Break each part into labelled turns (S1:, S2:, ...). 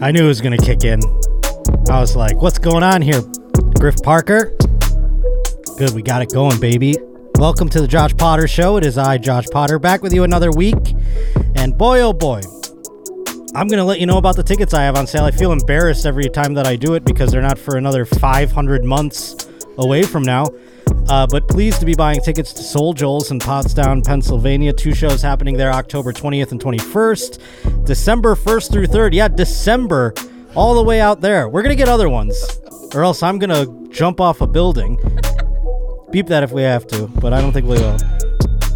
S1: I knew it was going to kick in. I was like, what's going on here, Griff Parker? Good, we got it going, baby. Welcome to the Josh Potter Show. It is I, Josh Potter, back with you another week. And boy, oh boy, I'm going to let you know about the tickets I have on sale. I feel embarrassed every time that I do it because they're not for another 500 months away from now. Uh, but pleased to be buying tickets to Soul Joel's in Potsdam, Pennsylvania. Two shows happening there October 20th and 21st. December 1st through 3rd. Yeah, December, all the way out there. We're going to get other ones, or else I'm going to jump off a building. Beep that if we have to, but I don't think we will.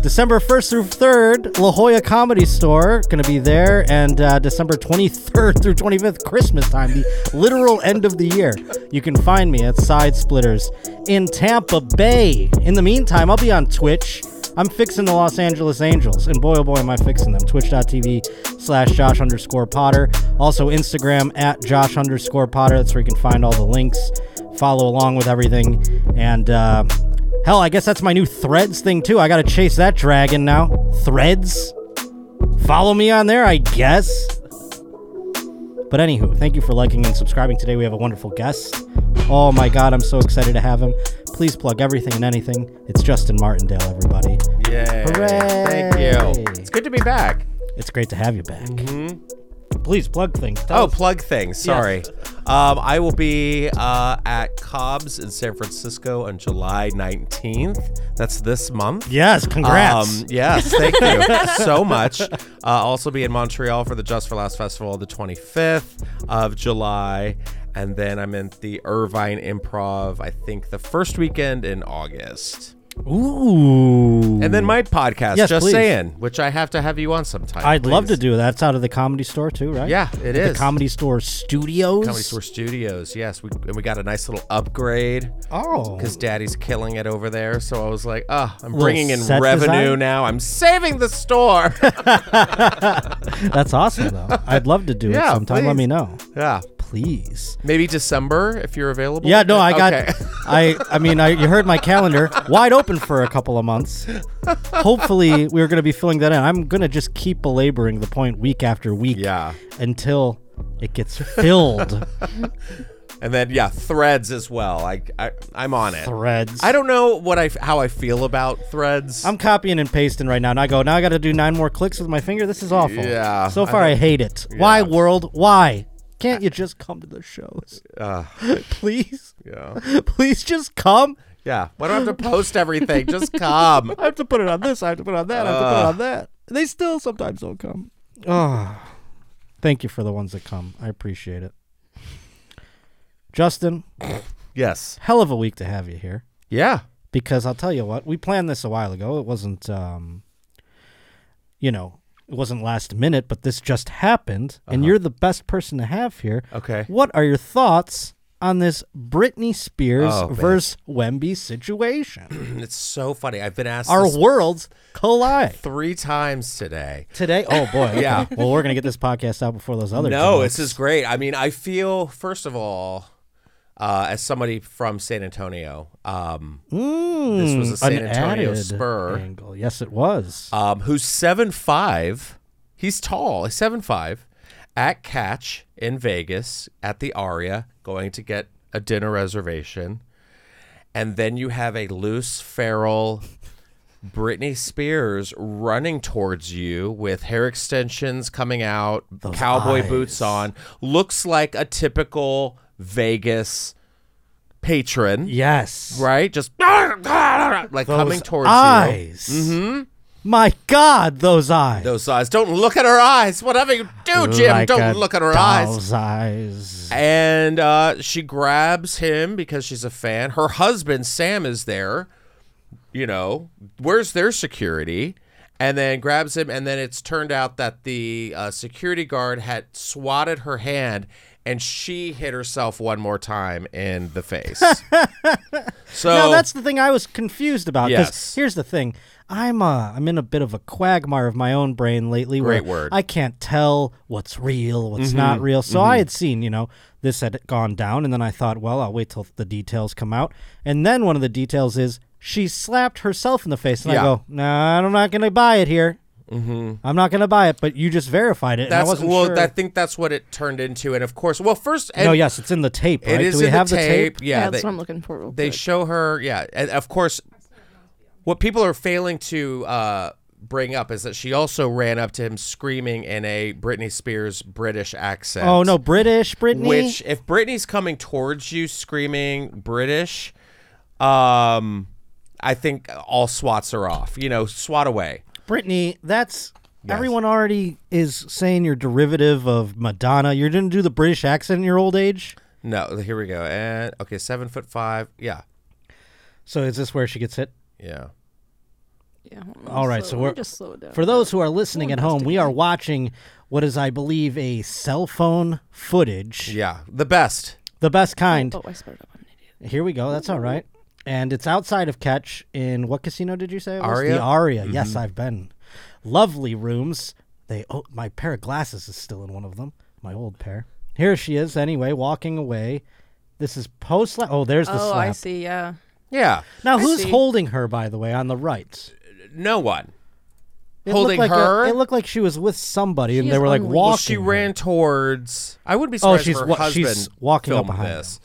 S1: December 1st through 3rd, La Jolla Comedy Store, gonna be there, and uh, December 23rd through 25th, Christmas time, the literal end of the year. You can find me at Side Splitters in Tampa Bay. In the meantime, I'll be on Twitch. I'm fixing the Los Angeles Angels, and boy, oh boy, am I fixing them. Twitch.tv slash Josh underscore Potter. Also, Instagram at Josh underscore Potter. That's where you can find all the links, follow along with everything, and uh, Hell, I guess that's my new Threads thing too. I gotta chase that dragon now. Threads? Follow me on there, I guess. But anywho, thank you for liking and subscribing. Today we have a wonderful guest. Oh my god, I'm so excited to have him. Please plug everything and anything. It's Justin Martindale, everybody.
S2: Yay.
S1: Hooray.
S2: Thank you. It's good to be back.
S1: It's great to have you back. Please plug things. Tell
S2: Mm-hmm. Oh,
S1: us-
S2: plug things. Sorry. Um, I will be uh, at Cobb's in San Francisco on July 19th. That's this month.
S1: yes, congrats.
S2: Um, yes, thank you so much. Uh, also be in Montreal for the Just for Last Festival the 25th of July. And then I'm in the Irvine Improv, I think the first weekend in August.
S1: Ooh.
S2: And then my podcast,
S1: Yes,
S2: Just
S1: please.
S2: Saying, which I have to have you on sometime.
S1: I'd love to
S2: please.
S1: do that. It's out of the comedy store too, right?
S2: Yeah, it is.
S1: The comedy store studios.
S2: Comedy Store Studios. Yes, we and we got a nice little upgrade
S1: Oh.
S2: because Daddy's killing it over there. So I was like, ah, I'm bringing in
S1: set
S2: revenue
S1: design?
S2: now. I'm saving the store.
S1: That's awesome, though. I'd love to do it
S2: Yeah,
S1: sometime. Let me
S2: please.
S1: know,
S2: yeah,
S1: please.
S2: maybe December if you're available.
S1: Yeah, no, I got.
S2: Okay.
S1: I, I mean, I, you heard my calendar wide open for a couple of months. Hopefully, we're going to be filling that in. I'm going to just keep belaboring the point week after week.
S2: Yeah.
S1: Until it gets filled.
S2: and then yeah, Threads as well. I, I I'm on it.
S1: threads.
S2: I don't know what I f- how I feel about Threads.
S1: I'm copying and pasting right now, and I go now. I got to do nine more clicks with my finger. This is awful.
S2: Yeah,
S1: So
S2: I
S1: far, I, hate it. Why, world? Why can't you just come to the shows,
S2: Uh,
S1: please?
S2: yeah,
S1: Please just come.
S2: yeah. Why do I have to post everything? Just come.
S1: I have to put it on this. I have to put it on that. I have to
S2: Uh.
S1: put it on that. They still sometimes don't come. Oh, thank you for the ones that come. I appreciate it. Justin,
S2: Yes.
S1: hell of a week to have you here
S2: Yeah.
S1: because I'll tell you what, we planned this a while ago. It wasn't, um, you know, it wasn't last minute, but this just happened, and you're the best person to have here.
S2: Uh-huh. Okay.
S1: What are your thoughts on this Britney Spears
S2: Oh, babe.
S1: versus Wemby situation?
S2: And it's so funny. I've been asked
S1: Our
S2: this
S1: worlds collide.
S2: three times today.
S1: Today? Oh boy. okay.
S2: Yeah.
S1: Well, we're gonna get this podcast out before those other.
S2: No,
S1: two
S2: this is great. I mean, I feel first of all, uh, as somebody from San Antonio, um, this
S1: Mm,
S2: was a
S1: an
S2: San Antonio
S1: added
S2: Spur,
S1: angle. Yes, it was.
S2: um, who's seven five. He's tall. He's seven five. At Catch in Vegas at the Aria, going to get a dinner reservation, and then you have a loose feral. Britney Spears running towards you with hair extensions coming out, cowboy
S1: eyes.
S2: boots on, looks like a typical Vegas patron,
S1: yes.
S2: right? Just like coming towards you. Mm-hmm.
S1: eyes. My God, those eyes.
S2: Those eyes. Don't look at her eyes. Whatever you do, Jim,
S1: Like a
S2: don't look at her eyes.
S1: doll's eyes.
S2: And uh, she grabs him because she's a fan. Her husband, Sam, is there. You know, where's their security? And then grabs him. And then it's turned out that the uh, security guard had swatted her hand and she hit herself one more time in the face. so
S1: Now that's the thing I was confused about. 'cause
S2: Yes.
S1: Here's the thing. I'm uh, I'm in a bit of a quagmire of my own brain lately.
S2: Great
S1: where
S2: word. Mm-hmm.
S1: I can't tell what's real, what's not real. So I had seen, you know, this had gone down, and then I thought, well, I'll wait till the details come out. And then one of the details is she slapped herself in the face, and I
S2: Yeah. Mm-hmm.
S1: go, nah, I'm not gonna buy it here. I'm not gonna buy it, but you just verified it. and I
S2: That's
S1: wasn't
S2: well.
S1: sure.
S2: I think that's what it turned into, and of course, well, first, and
S1: no, yes, it's in the tape. Right?
S2: it is
S1: Do we
S2: in
S1: have
S2: the tape. Yeah,
S3: that's
S2: they,
S3: what I'm looking for. Real
S2: they
S3: quick.
S2: show her. Yeah, and of course, what people are failing to uh, bring up is that she also ran up to him screaming in a Britney Spears British accent.
S1: Oh no, British Britney.
S2: Which, if Britney's coming towards you screaming British, um, I think all swats are off. You know, swat away.
S1: Britney, that's everyone already is saying you're derivative of Madonna. You're gonna do the British accent in your old age.
S2: No, here we go. And okay, seven foot five. Yeah,
S1: So is this where she gets hit?
S2: yeah.
S3: Yeah, hold on,
S1: All right,
S3: slow-
S1: so
S3: let me
S1: we're
S3: just slow it down.
S1: for those who are listening at home. We are watching what is, I believe, a cell phone footage,
S2: Yeah, the best.
S1: the best kind.
S3: oh, I spelled it up. I'm an idiot.
S1: Here we go. That's all right. And it's outside of Catch in what casino did you say? It was?
S2: Aria? Mm-hmm.
S1: The Aria. Yes, I've been. Lovely rooms. They oh, my pair of glasses is still in one of them. My old pair. Here she is. Anyway, walking away. This is post slap. Oh, there's the
S3: Oh,
S1: slap.
S3: I see. Yeah.
S2: Yeah.
S1: Now, who's
S3: see.
S1: holding her? By the way, on the right.
S2: No one.
S1: It looked
S2: Holding
S1: like a-
S2: her?
S1: it looked like she was with somebody, and
S3: She
S1: they
S3: is
S1: were like
S3: unleashed.
S1: walking.
S2: Well, she
S1: her.
S2: ran towards. I would be surprised
S1: Oh, she's
S2: if her
S1: wa- she's
S2: husband
S1: walking up
S2: filmed
S1: behind them.
S2: this.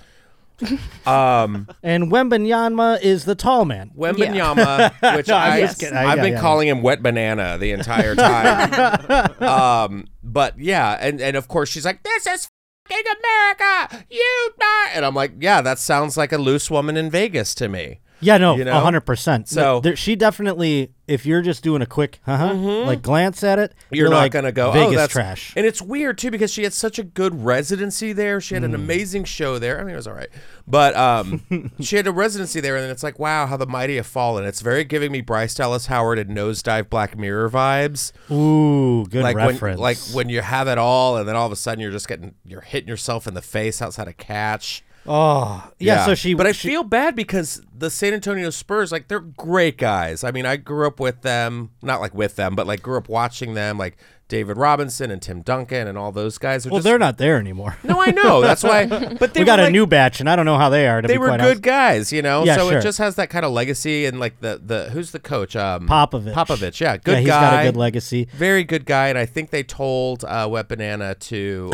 S2: um,
S1: And Wembenyama is the tall man.
S2: Wembenyama, which
S1: I'm
S2: I,
S1: just kidding. I-
S2: have
S1: yeah,
S2: been
S1: yeah,
S2: calling him Wet Banana the entire time. um, but yeah, and, and of course she's like, "This is fucking America, you die," and I'm like, "Yeah, that sounds like a loose woman in Vegas to me."
S1: Yeah, no,
S2: You
S1: a
S2: know?
S1: hundred percent.
S2: So-
S1: there, she definitely, if you're just doing a quick, uh huh, like glance at it,
S2: Mm-hmm. You're, not
S1: like,
S2: gonna go.
S1: Vegas
S2: oh, that's
S1: trash.
S2: And it's weird too because she had such a good residency there. She
S1: Mm.
S2: had an amazing show there. I mean, it was all right, but um, she had a residency there, and it's like, wow, how the mighty have fallen. It's very giving me Bryce Dallas Howard and Nosedive Black Mirror vibes.
S1: Ooh, good
S2: like
S1: reference.
S2: when like when you have it all, and then all of a sudden you're just getting you're hitting yourself in the face outside a catch.
S1: oh, yeah, So she,
S2: But I
S1: she-
S2: feel bad because the San Antonio Spurs, like they're great guys. I mean, I grew up with them, not like with them, but like grew up watching them, like David Robinson and Tim Duncan and all those guys.
S1: well,
S2: just,
S1: they're not there anymore.
S2: no, I know that's why. But they
S1: we got
S2: were,
S1: a
S2: like,
S1: new batch, and I don't know how they are. To
S2: They
S1: be
S2: were
S1: quite
S2: good
S1: honest.
S2: guys, you know.
S1: Yeah,
S2: so
S1: sure.
S2: it just has that kind of legacy and like the the who's the coach? Um,
S1: Popovich.
S2: Popovich, yeah, good
S1: yeah, he's
S2: guy.
S1: got a good legacy.
S2: Very good guy, and I think they told uh, Wet Banana to um,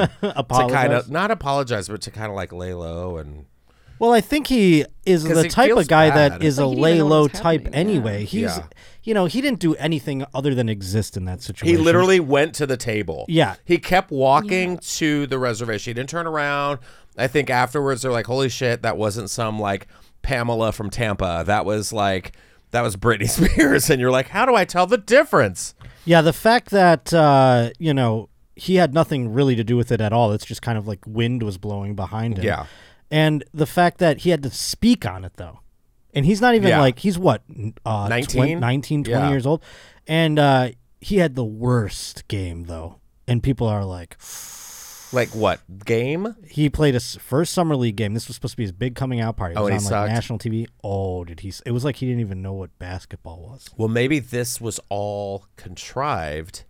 S2: to kind
S1: Apologize?
S2: of not apologize, but to kind of like lay low and
S1: Well, I think he is
S2: 'Cause
S1: the
S2: he
S1: type
S2: feels
S1: of guy
S2: bad.
S1: that is
S3: Like,
S1: a
S3: he didn't even
S1: lay
S3: know what
S1: low
S3: was
S1: type
S3: happening, yeah.
S1: anyway. He's,
S2: Yeah.
S1: you know, he didn't do anything other than exist in that
S2: he
S1: situation.
S2: literally went to the table.
S1: Yeah.
S2: he kept walking to the reservation. He didn't turn around. I think afterwards they're like, "Holy shit, that wasn't some like Pamela from Tampa. That was like that was Britney Spears." And you're like, "How do I tell the difference?"
S1: Yeah, the fact that uh, you know he had nothing really to do with it at all. It's just kind of like wind was blowing behind him.
S2: Yeah.
S1: and the fact that he had to speak on it though, and he's not even
S2: Yeah.
S1: like he's what n- uh, 19?
S2: 19?
S1: 19, 20
S2: Yeah.
S1: years old, and uh, he had the worst game though. And people are like,
S2: Like what game?
S1: he played his first summer league game. This was supposed to be his big coming out party. It
S2: Oh,
S1: was
S2: and
S1: on
S2: he
S1: like
S2: sucked.
S1: national TV. Oh, did he? s- It was like he didn't even know what basketball was.
S2: Well, maybe this was all contrived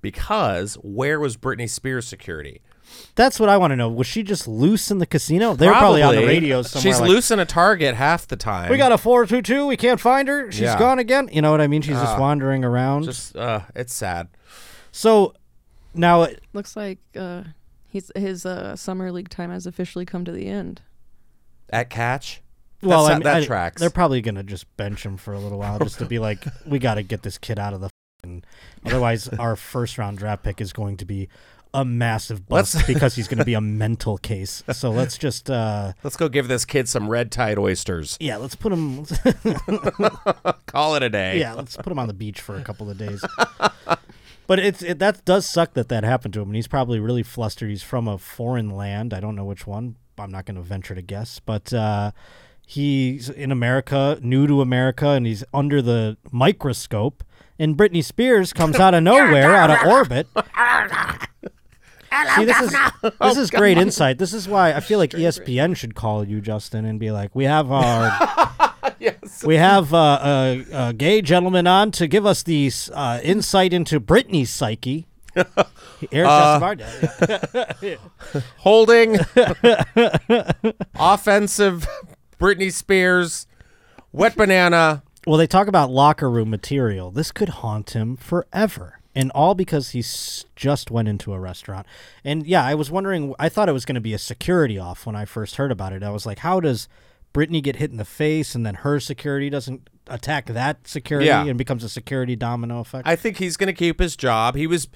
S2: because where was Britney Spears security?
S1: That's what I want to know. Was she just loose in the casino? They're probably, on the radio somewhere.
S2: She's
S1: like,
S2: loose in a Target half the time.
S1: We got a 422. We can't find her. She's
S2: Yeah. Uh,
S1: gone again. You know what I mean? She's just wandering around.
S2: just uh, it's sad.
S1: so now, it-
S3: Looks like uh, he's his uh, summer league time has officially come to the end.
S2: At catch,
S1: well,
S2: That's
S1: I
S2: not-
S1: mean,
S2: that
S1: I-
S2: tracks.
S1: They're probably going to just bench him for a little while just to be like, we got to get this kid out of the. F-. Otherwise, our first round draft pick is going to be a massive bust because he's going to be a mental case. So let's just, uh,
S2: let's go give this kid some red tide oysters.
S1: yeah, let's put him.
S2: Call it a day.
S1: yeah, let's put him on the beach for a couple of days. but it's it, that does suck that that happened to him, and he's probably really flustered. He's from a foreign land. I don't know which one. I'm not going to venture to guess, but uh, he's in America, new to America, and he's under the microscope. And Britney Spears comes out of nowhere, out of orbit. See, this is this is great insight. This is why I feel like E ESPN should call you, Justin, and be like, "We have our
S2: Yes.
S1: we have uh, a, a gay gentleman on to give us the uh, insight into Britney's psyche. Eric
S2: Uh,
S1: Jessamard, yeah.
S2: Holding offensive Britney Spears wet banana
S1: Well, they talk about locker room material. This could haunt him forever. And all because he s- just went into a restaurant. And yeah, I was wondering, I thought it was going to be a security off when I first heard about it. I was like, how does Brittany get hit in the face and then her security doesn't attack that security
S2: Yeah.
S1: and becomes a security domino effect?
S2: I think he's going to keep his job. He was,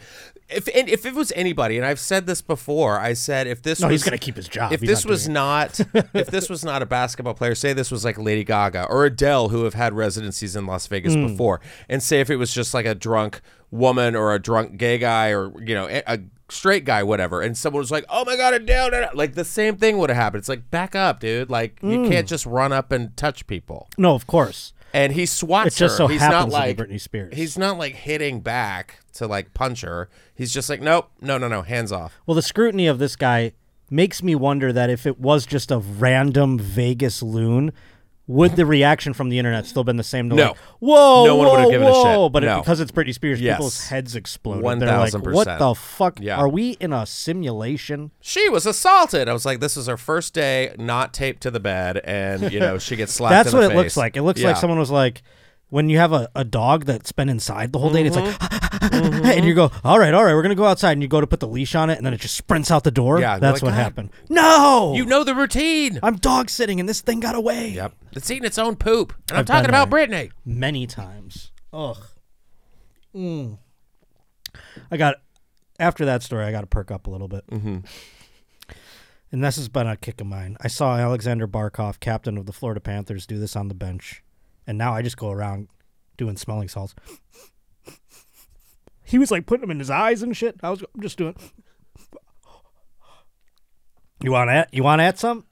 S2: if and if it was anybody, and I've said this before, I said if this
S1: no,
S2: was
S1: Oh, he's going to keep his job.
S2: if
S1: He's
S2: this
S1: not
S2: was
S1: doing
S2: not if this was not a basketball player say this was like lady gaga or adele who have had residencies in las vegas
S1: Hmm.
S2: before and say if it was just like a drunk woman or a drunk gay guy or you know a, a straight guy whatever and someone was like oh my god adele da, da," like the same thing would have happened it's like back up dude like
S1: Hmm.
S2: you can't just run up and touch people
S1: it. no, of course.
S2: and he swats
S1: It just
S2: her
S1: so
S2: he's
S1: happens
S2: not
S1: to
S2: like
S1: be Britney Spears.
S2: he's not like hitting back to like punch her he's just like nope no no no hands off
S1: Well, the scrutiny of this guy makes me wonder that if it was just a random Vegas loon, would the reaction from the internet still been the same? To
S2: No.
S1: like, whoa,
S2: No one
S1: whoa,
S2: would've given a shit.
S1: whoa. But it-
S2: No.
S1: because it's Britney Spears,
S2: Yes.
S1: people's heads exploded.
S2: One
S1: They're like,
S2: thousand
S1: what
S2: percent.
S1: the fuck?
S2: Yeah.
S1: Are we in a simulation?
S2: she was assaulted. I was like, this is her first day not taped to the bed, and you know she gets slapped.
S1: That's
S2: in
S1: what
S2: the
S1: it looks
S2: face.
S1: like. It looks
S2: Yeah.
S1: like someone was like, when you have a, a dog that's been inside the whole day, and it's like,
S2: Mm-hmm.
S1: and you go, all right, all right, we're gonna go outside, and you go to put the leash on it, and then it just sprints out the door.
S2: Yeah, and you're
S1: that's
S2: like,
S1: what
S2: "God,
S1: happened. No,
S2: You know the routine.
S1: I'm dog sitting, and this thing got away.
S2: Yep, it's eating its own poop, and I'm
S1: I've
S2: talking
S1: been
S2: about Brittany.
S1: many times. Ugh. Mm. I got after that story. I got to perk up a little bit. Mm-hmm. And this has been a kick of mine. I saw Alexander Barkov, captain of the Florida Panthers, do this on the bench, and now I just go around doing smelling salts. He was like putting them in his eyes and shit. I was I'm just doing. You want to? You want to add some?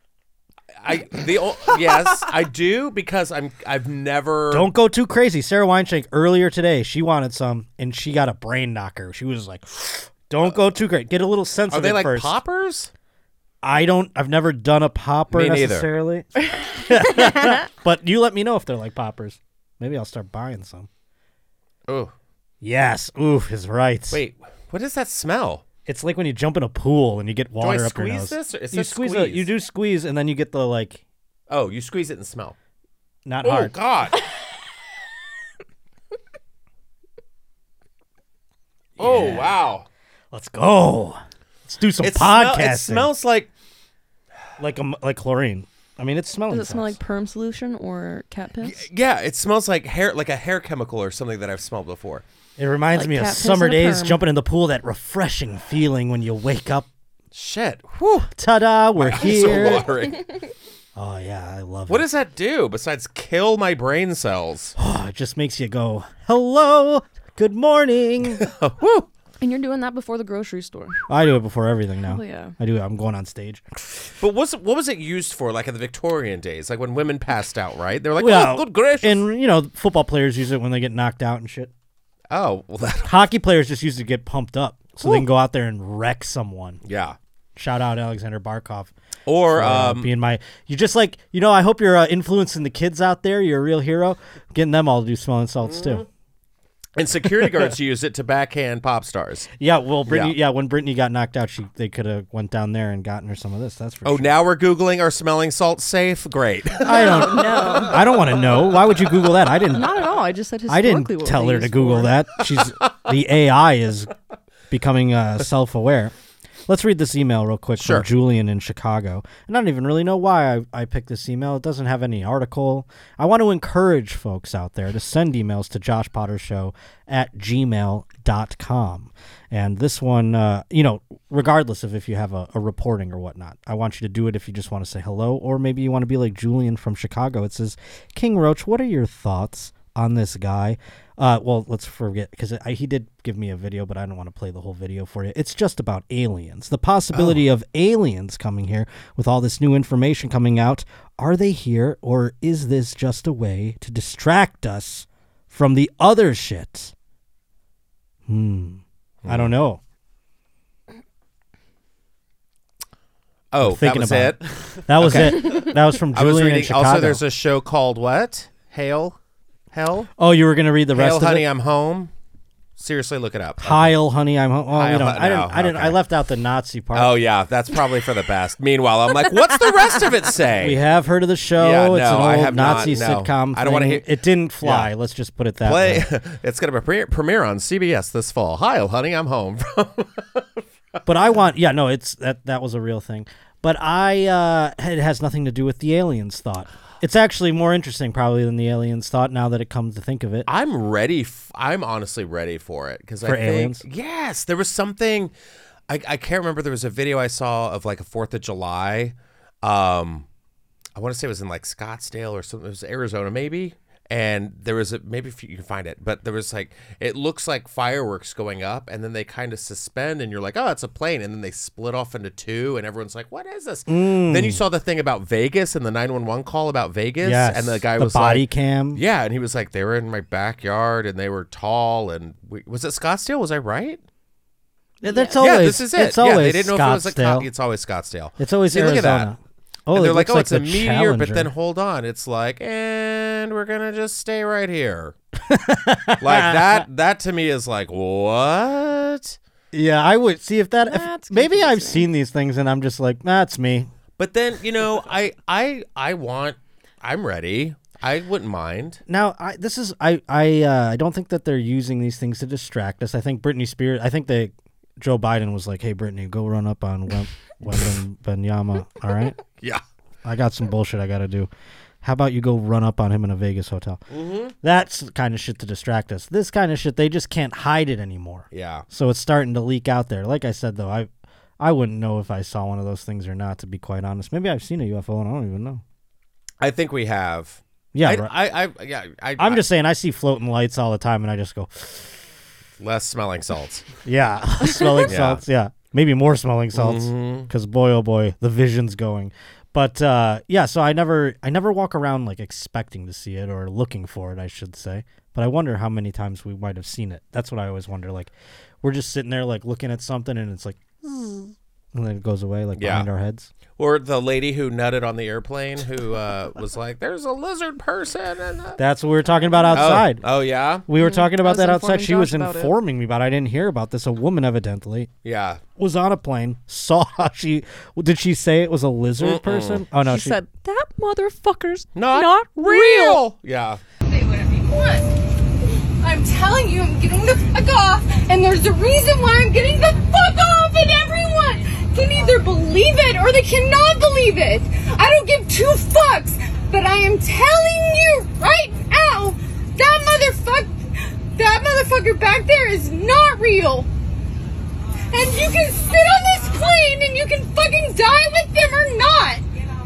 S2: I the o- yes, I do because I'm I've never
S1: Don't go too crazy. Sarah Weinschenk earlier today, she wanted some and she got a brain knocker. She was like, "Don't go too great. Get a little sense
S2: Are
S1: of
S2: they
S1: it
S2: like
S1: first.
S2: poppers?
S1: I don't. I've never done a popper
S2: Me neither.
S1: necessarily. but you let me know if they're like poppers. Maybe I'll start buying some.
S2: Oh
S1: Yes. Oof is right.
S2: wait, what is that smell?
S1: It's like when you jump in a pool and you get water up your
S2: squeeze
S1: nose.
S2: this, or- it
S1: you
S2: says
S1: squeeze.
S2: squeeze.
S1: It, you do squeeze, and then you get the like
S2: Oh, you squeeze it and smell.
S1: not
S2: Oh
S1: hard.
S2: God. Oh wow!
S1: Let's go. Let's do some
S2: It, smell-
S1: podcasting.
S2: it smells like
S1: like a, like chlorine. I mean, it's smelling.
S3: Does it smell
S1: salts.
S3: like perm solution or cat piss?
S2: Yeah, it smells like hair, like a hair chemical or something that I've smelled before.
S1: It reminds
S3: Like
S1: me of
S3: cat piss
S1: summer
S3: in a
S1: days,
S3: perm.
S1: jumping in the pool, that refreshing feeling when you wake up.
S2: Shit, whew,
S1: Ta da, we're
S2: it's so
S1: here.
S2: watering.
S1: Oh, yeah, I love
S2: What
S1: it.
S2: does that do besides kill my brain cells?
S1: Oh, it just makes you go, hello, good morning.
S2: Whew.
S3: And you're doing that before the grocery store.
S1: I do it before everything now.
S3: Oh, yeah.
S1: I do it. I'm going on stage.
S2: But what's what was it used for? Like in the Victorian days, like when women passed out, right? They were like,
S1: Well,
S2: "Oh, good gracious!"
S1: And, you know, football players use it when they get knocked out and shit.
S2: oh, well, that,
S1: Hockey players just use it to get pumped up so they can go out there and wreck someone.
S2: yeah.
S1: Shout out Alexander Barkov.
S2: Or
S1: uh,
S2: um,
S1: being my you just like you know i hope you're uh, influencing the kids out there you're a real hero getting them all to do smelling salts too
S2: and security guards use it to backhand pop stars.
S1: yeah well brittany yeah. when brittany got knocked out she they could have went down there and gotten her some of this that's for
S2: Oh,
S1: sure
S2: now we're googling are smelling salts safe? Great.
S1: i don't know i don't want to know why would you google that i didn't
S3: Not at all. I just said
S1: i
S3: historically.
S1: didn't
S3: what
S1: tell
S3: they
S1: her to
S3: used
S1: google
S3: for.
S1: that she's the ai is becoming uh, self-aware Let's read this email real quick
S2: Sure.
S1: from Julian in Chicago. And I don't even really know why I, I picked this email. It doesn't have any article. I want to encourage folks out there to send emails to joshpottershow at gmail.com. And this one, uh, you know, regardless of if you have a, a reporting or whatnot, I want you to do it if you just want to say hello, or maybe you want to be like Julian from Chicago. It says, King Roach, what are your thoughts on this guy. Uh, well, let's forget because he did give me a video, but I don't want to play the whole video for you. It's just about aliens. The possibility
S2: Oh.
S1: of aliens coming here with all this new information coming out. Are they here, or is this just a way to distract us from the other shit? Hmm. I don't know.
S2: Oh, that
S1: thinking
S2: was
S1: about
S2: it.
S1: That was it. That was from
S2: I was
S1: Julian in
S2: reading.
S1: Chicago.
S2: Also, there's a show called what? Hail, hell.
S1: oh, you were going to read the
S2: Hail,
S1: rest of
S2: honey, uh,
S1: it?
S2: I'm home. Seriously, look it up.
S1: Heil, honey, I'm home. Oh, we
S2: Heil,
S1: don't, I didn't.
S2: no,
S1: I didn't. I
S2: okay.
S1: left out the Nazi part.
S2: Oh yeah, that's probably for the best. Meanwhile, I'm like, what's the rest of it say?
S1: We have heard of the show.
S2: Yeah,
S1: it's
S2: no,
S1: an old
S2: I have not,
S1: Nazi
S2: no.
S1: sitcom.
S2: I don't wanna
S1: thing.
S2: hear-
S1: It didn't fly.
S2: Yeah.
S1: Let's just put it that
S2: Play.
S1: way.
S2: it's gonna be premiere, premiere on CBS this fall. Hi, honey, I'm home.
S1: But I want. Yeah, no, it's that. That was a real thing. But I. Uh, it has nothing to do with the aliens thought. It's actually more interesting, probably, than the aliens thought. Now that it comes to think of it,
S2: I'm ready. F- I'm honestly ready for it because I
S1: For
S2: think
S1: aliens?
S2: yes, there was something. I, I can't remember. There was a video I saw of like a Fourth of July. Um, I want to say it was in like Scottsdale or something. It was Arizona, maybe. And there was a maybe if you can find it, but there was like it looks like fireworks going up, and then they kind of suspend, and you're like, oh, it's a plane, and then they split off into two, and everyone's like, what is this? Then
S1: Mm.
S2: you saw the thing about Vegas and the 911 call about Vegas,
S1: yes.
S2: and the guy
S1: the
S2: was
S1: body
S2: like,
S1: cam.
S2: yeah, and he was like, they were in my backyard and they were tall and we, was it Scottsdale? Was I right?
S1: Yeah, that's
S2: yeah,
S1: always.
S2: this is it.
S1: It's always
S2: yeah, they didn't know if it was a
S1: Scottsdale.
S2: co- It's always Scottsdale.
S1: It's always
S2: See, look at
S1: Arizona.
S2: that.
S1: Oh,
S2: and
S1: it
S2: they're like,
S1: looks
S2: oh, it's
S1: the
S2: a meteor,
S1: Challenger.
S2: but then hold on, it's like, and we're gonna just stay right here. like that. That to me is like what?
S1: yeah, I would see if that. if-
S3: That's
S1: maybe I've
S3: confusing.
S1: seen these things and I'm just like, that's me.
S2: But then you know, I I I want. I'm ready. I wouldn't mind.
S1: Now, I, this is I I uh, I don't think that they're using these things to distract us. I think Britney Spears. I think they Joe Biden was like, "Hey, Britney, go run up on Wem, Wem Benyama. All right,
S2: Yeah.
S1: I got some bullshit I got to do. How about you go run up on him in a Vegas hotel? Mm-hmm. That's the kind of shit to distract us. This kind of shit, they just can't hide it anymore.
S2: Yeah.
S1: So it's starting to leak out there. Like I said, though, I I wouldn't know if I saw one of those things or not. To be quite honest, maybe I've seen a UFO and I don't even know.
S2: I think we have.
S1: Yeah,
S2: I,
S1: right.
S2: I, I, yeah, I,
S1: I'm just saying I see floating lights all the time, and I just go.
S2: less smelling salts.
S1: Yeah, smelling
S2: Yeah. Mm-hmm.
S1: salts. Yeah, maybe more smelling salts because boy, oh boy, the vision's going. But uh, yeah, so I never, I never walk around like expecting to see it or looking for it, I should say. But I wonder how many times we might have seen it. That's what I always wonder. Like, we're just sitting there like looking at something, and it's like, and then it goes away like
S2: Yeah.
S1: behind our heads.
S2: Or the lady who nutted on the airplane who uh, was like, "There's a lizard person." And uh,
S1: That's what we were talking about
S2: oh,
S1: outside.
S2: Oh yeah,
S1: we were talking about
S3: Mm, was
S1: that outside.
S3: informing
S1: She was
S3: Josh about it.
S1: informing me about. It. I didn't hear about this. A woman evidently
S2: yeah.
S1: was on a plane, saw she did she say it was a lizard person? Oh no,
S3: She said that motherfucker's
S2: Not,
S3: not, real.
S2: Yeah.
S4: say whatever you want. I'm telling you, I'm getting the fuck off, and there's a reason why I'm getting the fuck off, and everyone can either believe it or they cannot believe it. I don't give two fucks, but I am telling you right now, that motherfucker, that motherfucker back there is not real. And you can sit on this plane and you can fucking die with them or not.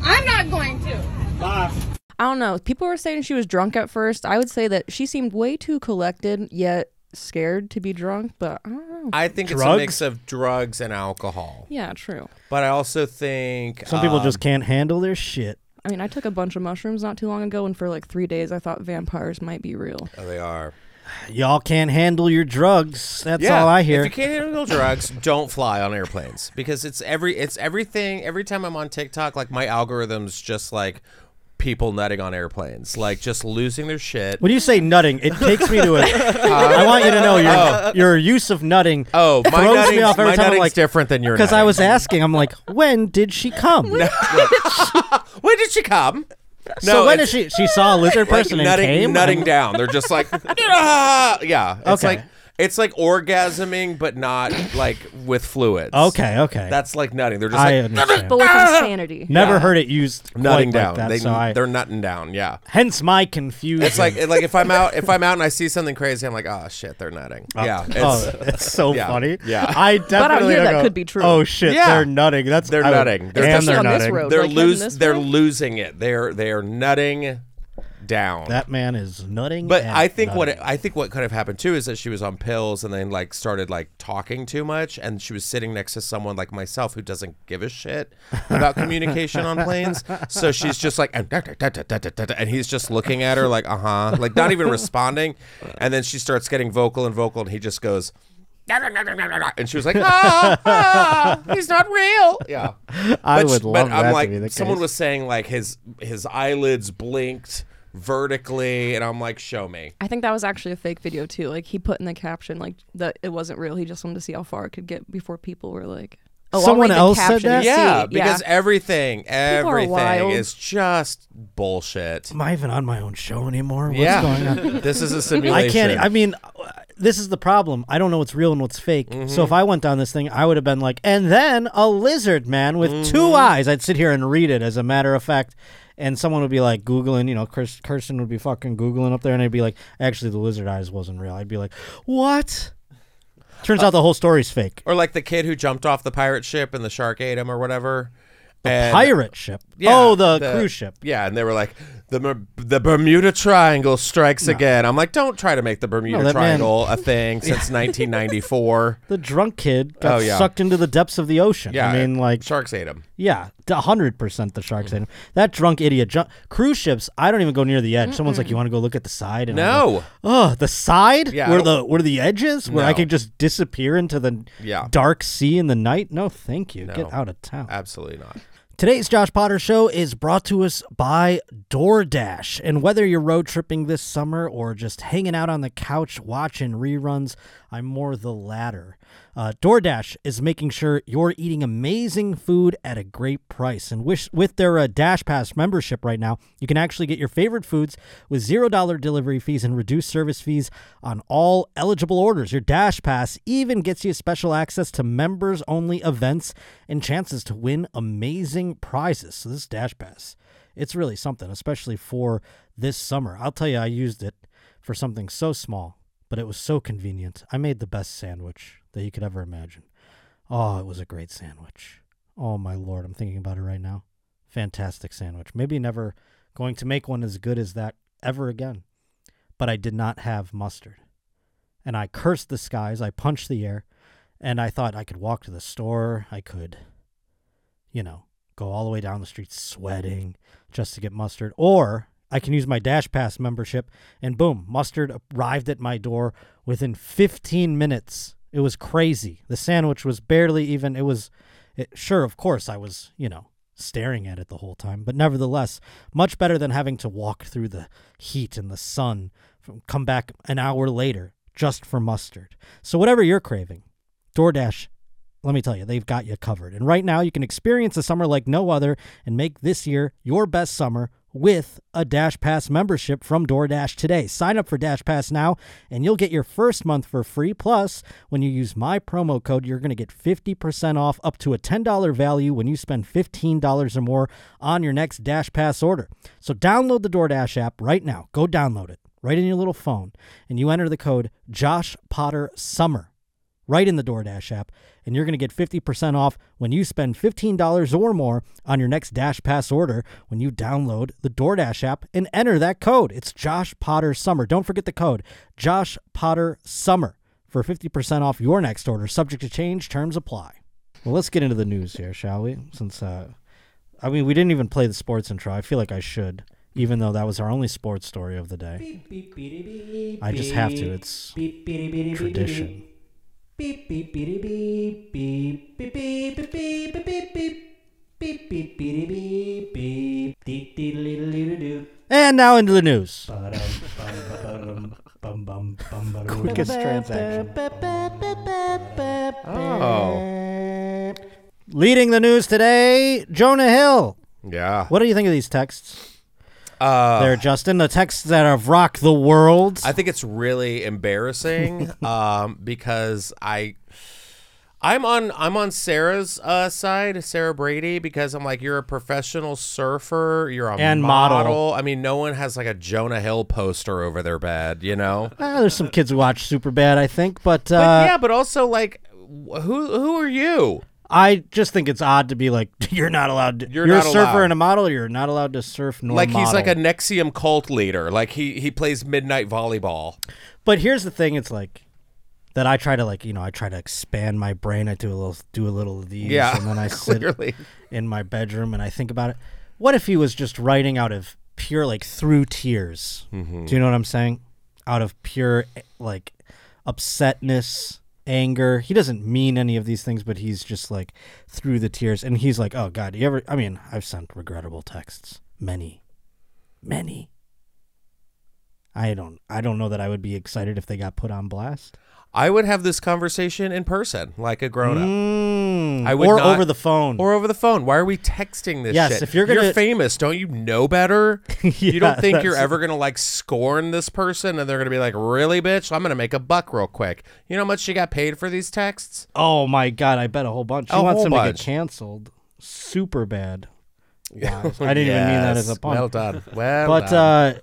S4: I'm not going to.
S3: I don't know. People were saying she was drunk at first. I would say that she seemed way too collected yet scared to be drunk. But I don't know.
S2: I think it's a
S1: Drugs?
S2: mix of drugs and alcohol,
S3: Yeah, true.
S2: but I also think um,
S1: some people just can't handle their shit.
S3: I mean, I took a bunch of mushrooms not too long ago, and for like three days, I thought vampires might be real.
S2: Oh, they are.
S1: Y'all can't handle your drugs. That's all I hear.
S2: If you can't handle drugs, don't fly on airplanes because it's every it's everything. Every time I'm on TikTok, like my algorithm's just like people nutting on airplanes, like just losing their shit.
S1: When you say nutting, it takes me to a. I want you to know your your use of nutting.
S2: Oh, my
S1: throws
S2: nutting's,
S1: me off every
S2: my
S1: time. I'm
S2: nutting's
S1: like
S2: different than your
S1: because I
S2: nutting.
S1: was asking. I'm like, when did she come?
S2: When did she come?
S1: so when
S2: it's-
S1: is she? She saw a lizard
S2: like
S1: person
S2: nutting,
S1: and came.
S2: nutting
S1: I'm-
S2: down. They're just like, "Ah!" yeah. It's
S1: Okay.
S2: like it's like orgasming, but not like with fluids.
S1: Okay, okay.
S2: that's like nutting. They're just
S1: I
S2: like
S1: understand.
S3: But with
S2: ah!
S3: insanity.
S1: Never heard it used quite
S2: nutting
S1: like
S2: down.
S1: that.
S2: they,
S1: so I,
S2: they're nutting down. Yeah.
S1: hence my confusion.
S2: It's like like if I'm out if I'm out and I see something crazy, I'm like, oh shit, they're nutting. Yeah.
S1: oh,
S2: It's,
S1: it's so
S2: yeah,
S1: funny.
S2: yeah.
S1: I definitely
S3: hear
S1: don't
S3: that
S1: go,
S3: could be true.
S1: Oh shit,
S2: Yeah.
S1: they're nutting. That's
S2: They're
S1: I would-
S2: nutting. They're
S1: and
S2: especially
S1: they're
S3: on this
S1: nutting.
S3: road.
S2: They're
S3: Like heading
S2: lose
S3: this
S2: they're
S3: way?
S2: losing it. They're they're nutting down.
S1: That man is nutting.
S2: But
S1: and
S2: I think
S1: nutting.
S2: what it, I think what could have happened too is that she was on pills and then like started like talking too much and she was sitting next to someone like myself who doesn't give a shit about communication on planes. So she's just like and, da- da- da- da- da- da- da- da, and he's just looking at her like uh-huh, like not even responding. And then she starts getting vocal and vocal and he just goes "Da- da- da- da- da- da," and she was like, ah, ah, he's not real. Yeah,
S1: I
S2: But
S1: would
S2: sh-
S1: love
S2: But I'm
S1: that to
S2: like,
S1: be the
S2: someone
S1: case.
S2: was saying like his his eyelids blinked vertically, and I'm like, show me.
S3: I think that was actually a fake video too. Like he put in the caption like that it wasn't real. He just wanted to see how far it could get before people were like, "Oh, I'll
S1: Someone
S3: read the
S1: else said
S3: caption and
S1: that?
S3: see."
S2: Yeah, because everything,
S3: are
S2: everything
S3: wild.
S2: is just bullshit.
S1: Am I even on my own show anymore? What's
S2: yeah,
S1: going on?
S2: this is a simulation.
S1: I can't. e- I mean, this is the problem. I don't know what's real and what's fake.
S2: Mm-hmm.
S1: So if I went down this thing, I would have been like, and then a lizard man with
S2: Mm-hmm.
S1: two eyes. I'd sit here and read it, as a matter of fact. And someone would be like Googling, you know, Chris, Kirsten would be fucking Googling up there, and I'd be like, actually, the lizard eyes wasn't real. I'd be like, what? Turns out the whole story's fake.
S2: or like the kid who jumped off the pirate ship and the shark ate him or whatever. The
S1: Pirate ship.
S2: Yeah,
S1: oh, the, cruise ship.
S2: Yeah, and they were like, the Mer- the Bermuda Triangle strikes again. I'm like, don't try to make the Bermuda
S1: that man-
S2: Triangle a thing since 1994.
S1: The drunk kid got
S2: Oh, yeah.
S1: sucked into the depths of the ocean.
S2: Yeah,
S1: I mean, like,
S2: sharks ate him.
S1: Yeah, a hundred percent the sharks
S2: Mm.
S1: in That drunk idiot ju- cruise ships. I don't even go near the edge. Someone's like, "You want to go look at the side?" And I'm like,
S2: No,
S1: oh, the side
S2: Yeah, I
S1: where
S2: don't-
S1: the where the edges where I
S2: No.
S1: could just disappear into the
S2: Yeah.
S1: dark sea in the night. No, thank you.
S2: No.
S1: Get out of town.
S2: absolutely not.
S1: Today's Josh Potter Show is brought to us by DoorDash. And whether you're road tripping this summer or just hanging out on the couch watching reruns, I'm more the latter. Uh, DoorDash is making sure you're eating amazing food at a great price. And wish, with their uh, Dash Pass membership right now, you can actually get your favorite foods with $0 delivery fees and reduced service fees on all eligible orders. Your Dash Pass even gets you special access to members only events and chances to win amazing prizes. So, this Dash Pass, it's really something, especially for this summer. I'll tell you, I used it for something so small, but it was so convenient. I made the best sandwich that you could ever imagine. Oh, it was a great sandwich. Oh, my Lord, I'm thinking about it right now. Fantastic sandwich. Maybe never going to make one as good as that ever again but I did not have mustard. And I cursed the skies, I punched the air, and I thought I could walk to the store, I could, you know, go all the way down the street sweating just to get mustard, or I can use my Dash Pass membership, and boom, mustard arrived at my door within 15 minutes. It was crazy. The sandwich was barely even, it was, it, sure, of course, I was, you know, staring at it the whole time, but nevertheless, much better than having to walk through the heat and the sun, from- come back an hour later just for mustard. So, whatever you're craving, DoorDash, let me tell you, they've got you covered. And right now, you can experience a summer like no other and make this year your best summer with a Dash Pass membership from DoorDash today. Sign up for Dash Pass now and you'll get your first month for free. Plus, when you use my promo code, you're going to get 50% off up to a $10 value when you spend $15 or more on your next Dash Pass order. So download the DoorDash app right now. Go download it right in your little phone and you enter the code Josh Potter Summer right in the DoorDash app, and you're going to get 50% off when you spend $15 or more on your next Dash Pass order when you download the DoorDash app and enter that code. It's Josh Potter Summer. Don't forget the code Josh Potter Summer for 50% off your next order. Subject to change, terms apply. Well, let's get into the news here, shall we? Since, uh, I mean, we didn't even play the sports intro. I feel like I should, even though that was our only sports story of the day. I just have to. It's tradition. And now into the news. Quickest transaction.
S2: Oh,
S1: Leading the news today, Jonah Hill.
S2: yeah.
S1: What do you think of these texts?
S2: Uh,
S1: There, Justin. The texts that have rocked the world.
S2: I think it's really embarrassing um, because I. I'm on I'm on Sarah's uh, side, Sarah Brady, because I'm like you're a professional surfer, you're a
S1: And model.
S2: I mean, no one has like a Jonah Hill poster over their bed, you know.
S1: Ah, there's some kids who watch Superbad, I think, but, uh,
S2: But yeah, but also like, wh- who who are you?
S1: I just think it's odd to be like, you're not allowed. To,
S2: You're
S1: you're, a
S2: not
S1: surfer
S2: allowed."
S1: and a model. You're not allowed to surf nor
S2: Like he's like
S1: model."
S2: a Nexium cult leader. Like he he plays midnight volleyball.
S1: But here's the thing: it's like that. I try to like you know I try to expand my brain. I do a little do a little of these,
S2: Yeah,
S1: and then I sit
S2: clearly.
S1: in my bedroom and I think about it. What if he was just writing out of pure like through tears?
S2: Mm-hmm.
S1: Do you know what I'm saying? Out of pure eh, like upsetness, anger. He doesn't mean any of these things, but he's just like through the tears, and he's like, "Oh God, you ever?" I mean, I've sent regrettable texts, many, many, I don't I don't know that I would be excited if they got put on blast.
S2: I would have this conversation in person, like a grown up.
S1: Mm,
S2: I would
S1: or
S2: not-
S1: over the phone.
S2: Or over the phone. Why are we texting this
S1: Yes,
S2: shit?
S1: if you're gonna-
S2: famous, don't you know better? you
S1: Yeah,
S2: don't think you're
S1: that's-
S2: ever gonna like scorn this person and they're gonna be like, Really, bitch? I'm gonna make a buck real quick. You know how much you got paid for these texts?
S1: oh my god, I bet a whole bunch. She
S2: A
S1: wants
S2: whole
S1: them to
S2: bunch.
S1: get canceled. Super bad. Wow. I didn't even mean that as a
S2: Yes.
S1: pun.
S2: Well done. Well
S1: But
S2: done.
S1: uh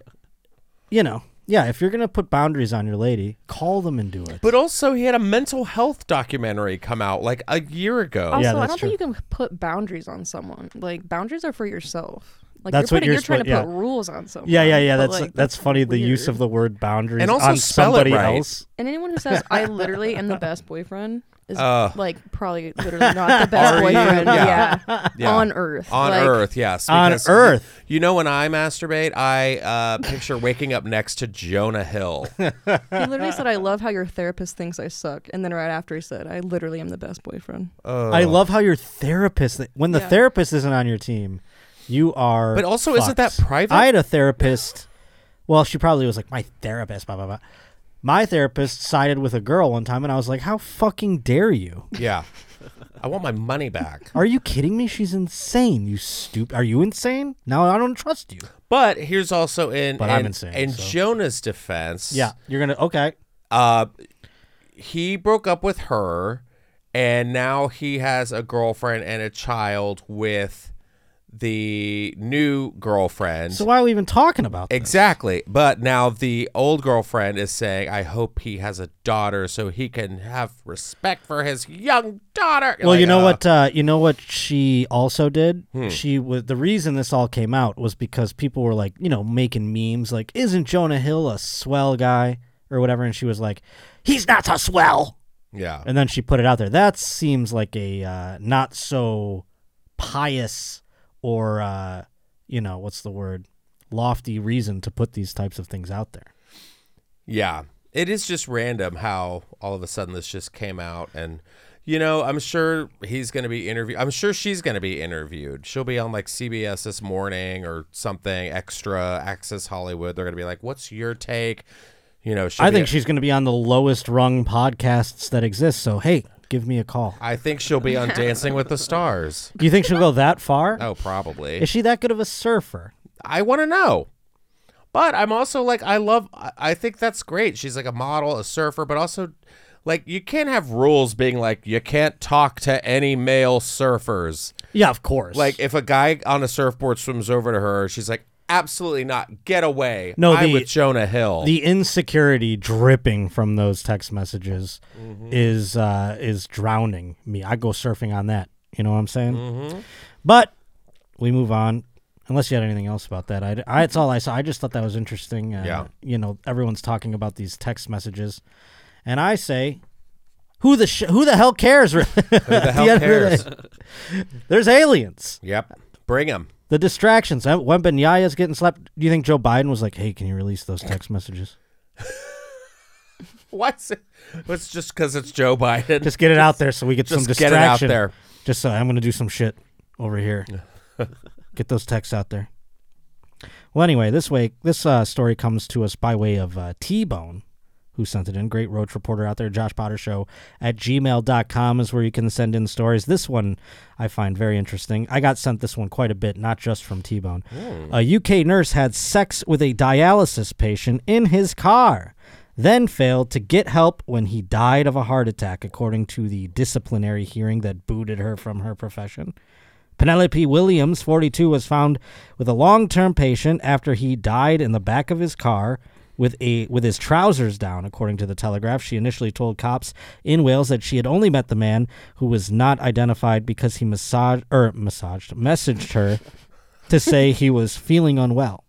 S1: you know, yeah, if you're gonna put boundaries on your lady, call them and do it.
S2: But also, he had a mental health documentary come out like a year ago.
S1: Yeah,
S3: Also, I
S1: that's
S3: don't think you can put boundaries on someone. Like boundaries are for yourself. Like
S1: That's
S3: you're,
S1: what
S3: putting,
S1: you're
S3: you're, trying
S1: supposed-
S3: to put rules on someone.
S1: yeah, yeah, yeah.
S3: but,
S1: That's
S3: like,
S1: that's funny. The use
S3: weird.
S1: of the word boundaries
S2: And also
S1: on
S2: spell it
S1: somebody
S2: right.
S1: else.
S3: And anyone who says I literally am the best boyfriend is
S2: Uh.
S3: like probably literally not the best
S2: Are you?
S3: boyfriend.
S2: Yeah.
S3: Yeah.
S2: Yeah.
S3: on Earth.
S2: On
S3: Like,
S2: Earth, yes.
S1: On
S2: because-
S1: Earth.
S2: You know, when I masturbate, I uh, picture waking up next to Jonah Hill.
S3: He literally said, "I love how your therapist thinks I suck," and then right after he said, "I literally am the best boyfriend."
S2: Oh.
S1: I love how your therapist, when the
S3: Yeah.
S1: therapist isn't on your team, you are.
S2: But also, isn't that
S1: fucked.
S2: private?
S1: I had a therapist. Well, she probably was like my therapist. Blah blah blah. My therapist sided with a girl one time, and I was like, "How fucking dare you?
S2: yeah. I want my money back.
S1: Are you kidding me? She's insane. You stupid. Are you insane? No, I don't trust you.
S2: But here's also in
S1: But
S2: in,
S1: I'm insane,
S2: in
S1: so-
S2: Jonah's defense.
S1: Yeah, you're gonna okay.
S2: Uh, he broke up with her, and now he has a girlfriend and a child with the new girlfriend.
S1: So why are we even talking about this?
S2: Exactly. But now the old girlfriend is saying, I hope he has a daughter so he can have respect for his young daughter.
S1: Well, you
S2: Like,
S1: know
S2: uh, Hmm.
S1: what? Uh, you know what she also did. She was the reason this all came out was because people were like, you know, making memes like, "Isn't Jonah Hill a swell guy?" or whatever, and she was like, "He's not a swell."
S2: Yeah.
S1: And then she put it out there. That seems like a uh, not so pious or uh, you know what's the word, lofty reason to put these types of things out there.
S2: Yeah. It is just random how all of a sudden this just came out. And, you know, I'm sure he's going to be interviewed. I'm sure she's going to be interviewed. She'll be on like CBS this morning or something extra, Access Hollywood. They're going to be like, what's your take? You know, she'll
S1: I
S2: be-
S1: think she's going to be on the lowest rung podcasts that exist. So hey, give me a call.
S2: I think she'll be on Dancing with the Stars.
S1: Do you think she'll go that far?
S2: Oh, probably.
S1: Is she that good of a surfer?
S2: I want to know. But I'm also like, I love, I I think that's great. She's like a model, a surfer, but also like, you can't have rules being like, you can't talk to any male surfers.
S1: Yeah, of course.
S2: Like, if a guy on a surfboard swims over to her, she's like, absolutely not. Get away.
S1: No,
S2: I'm
S1: the-
S2: with Jonah Hill.
S1: the insecurity dripping from those text messages is uh, is drowning me. I go surfing on that. You know what I'm saying? But we move on. Unless you had anything else about that, I, I- it's all I saw. I just thought that was interesting. Uh,
S2: Yeah.
S1: You know, everyone's talking about these text messages, and I say, who the sh- who the hell cares? who the
S2: hell
S1: end of
S2: cares?
S1: day? There's aliens.
S2: yep. Bring him.
S1: The distractions. Uh, When Benyaya's getting slapped, do you think Joe Biden was like, hey, can you release those text messages?
S2: What's it? It's just because it's Joe Biden.
S1: Just get it out there so we get some
S2: just get it out
S1: distraction.
S2: there.
S1: Just so I'm going to do some shit over here. get those texts out there. Well, anyway, this way, this uh, story comes to us by way of uh, T Bone, who sent it in. Great roach reporter out there, Josh Potter Show at gmail.com is where you can send in stories. This one I find very interesting. I got sent this one quite a bit, not just from T Bone. A UK nurse had sex with a dialysis patient in his car, then failed to get help when he died of a heart attack, according to the disciplinary hearing that booted her from her profession. Penelope Williams, 42, was found with a long-term patient after he died in the back of his car with a with his trousers down, according to the Telegraph. She initially told cops in Wales that she had only met the man who was not identified because he massaged or massaged messaged her to say he was feeling unwell.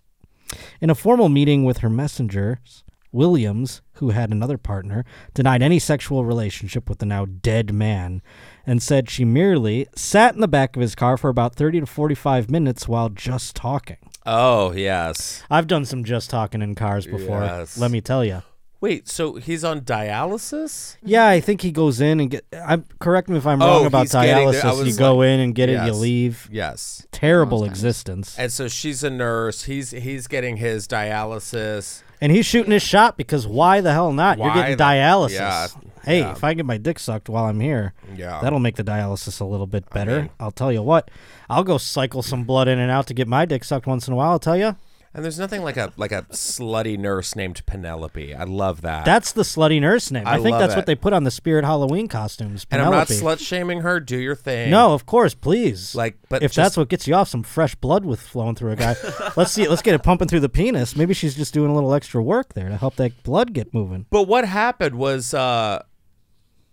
S1: In a formal meeting with her messengers, Williams, who had another partner, denied any sexual relationship with the now dead man and said she merely sat in the back of his car for about 30 to 45 minutes while just talking.
S2: Oh, yes.
S1: I've done some just talking in cars before,
S2: Yes.
S1: let me tell you.
S2: Wait, so he's on dialysis?
S1: Yeah, I think he goes in and get I'm correct me if I'm
S2: Oh,
S1: wrong about
S2: he's getting there. I
S1: dialysis. You
S2: was
S1: go
S2: like-
S1: in and get it, you
S2: Yes.
S1: leave.
S2: Yes.
S1: Terrible existence.
S2: And so she's a nurse. He's he's getting his dialysis.
S1: And he's shooting his shot because why the hell not? You're
S2: Why
S1: getting
S2: the-
S1: dialysis.
S2: yeah,
S1: Hey,
S2: yeah.
S1: if I get my dick sucked while I'm here,
S2: Yeah.
S1: that'll make the dialysis a little bit better.
S2: mean-
S1: I'll tell you what, I'll go cycle some blood in and out to get my dick sucked once in a while. I'll tell you,
S2: And there's nothing like a like a slutty nurse named Penelope. I love that.
S1: that's the slutty nurse name. I,
S2: I
S1: think
S2: love
S1: that's what
S2: it.
S1: they put on the Spirit Halloween costumes.
S2: and I'm not
S1: Penelope.
S2: slut shaming her. Do your thing.
S1: No, of course, please.
S2: Like, but
S1: if
S2: just-
S1: that's what gets you off, some fresh blood with flowing through a guy. let's see. it. Let's get it pumping through the penis. Maybe she's just doing a little extra work there to help that blood get moving.
S2: But what happened was, uh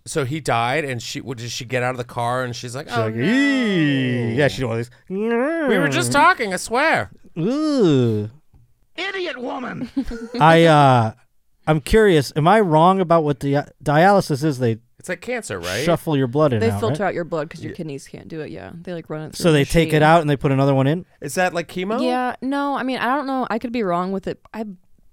S2: so he died, and she what, did she get out of the car, and she's like, "Oh, no.
S1: Eee. Yeah, she doing this.
S2: we were just talking. I swear."
S1: Ooh.
S5: Idiot woman!
S1: I uh, I'm curious. Am I wrong about what di- dialysis is? They
S2: It's like cancer, right?
S1: shuffle your blood in.
S3: They
S1: and out,
S3: filter
S1: right?
S3: out your blood because your kidneys can't do it. Yeah, they like run it. Through
S1: So
S3: a
S1: they take
S3: machine. Oh.
S1: it out and they put another one in.
S2: Is that like chemo?
S3: Yeah, no, I mean, I don't know. I could be wrong with it. I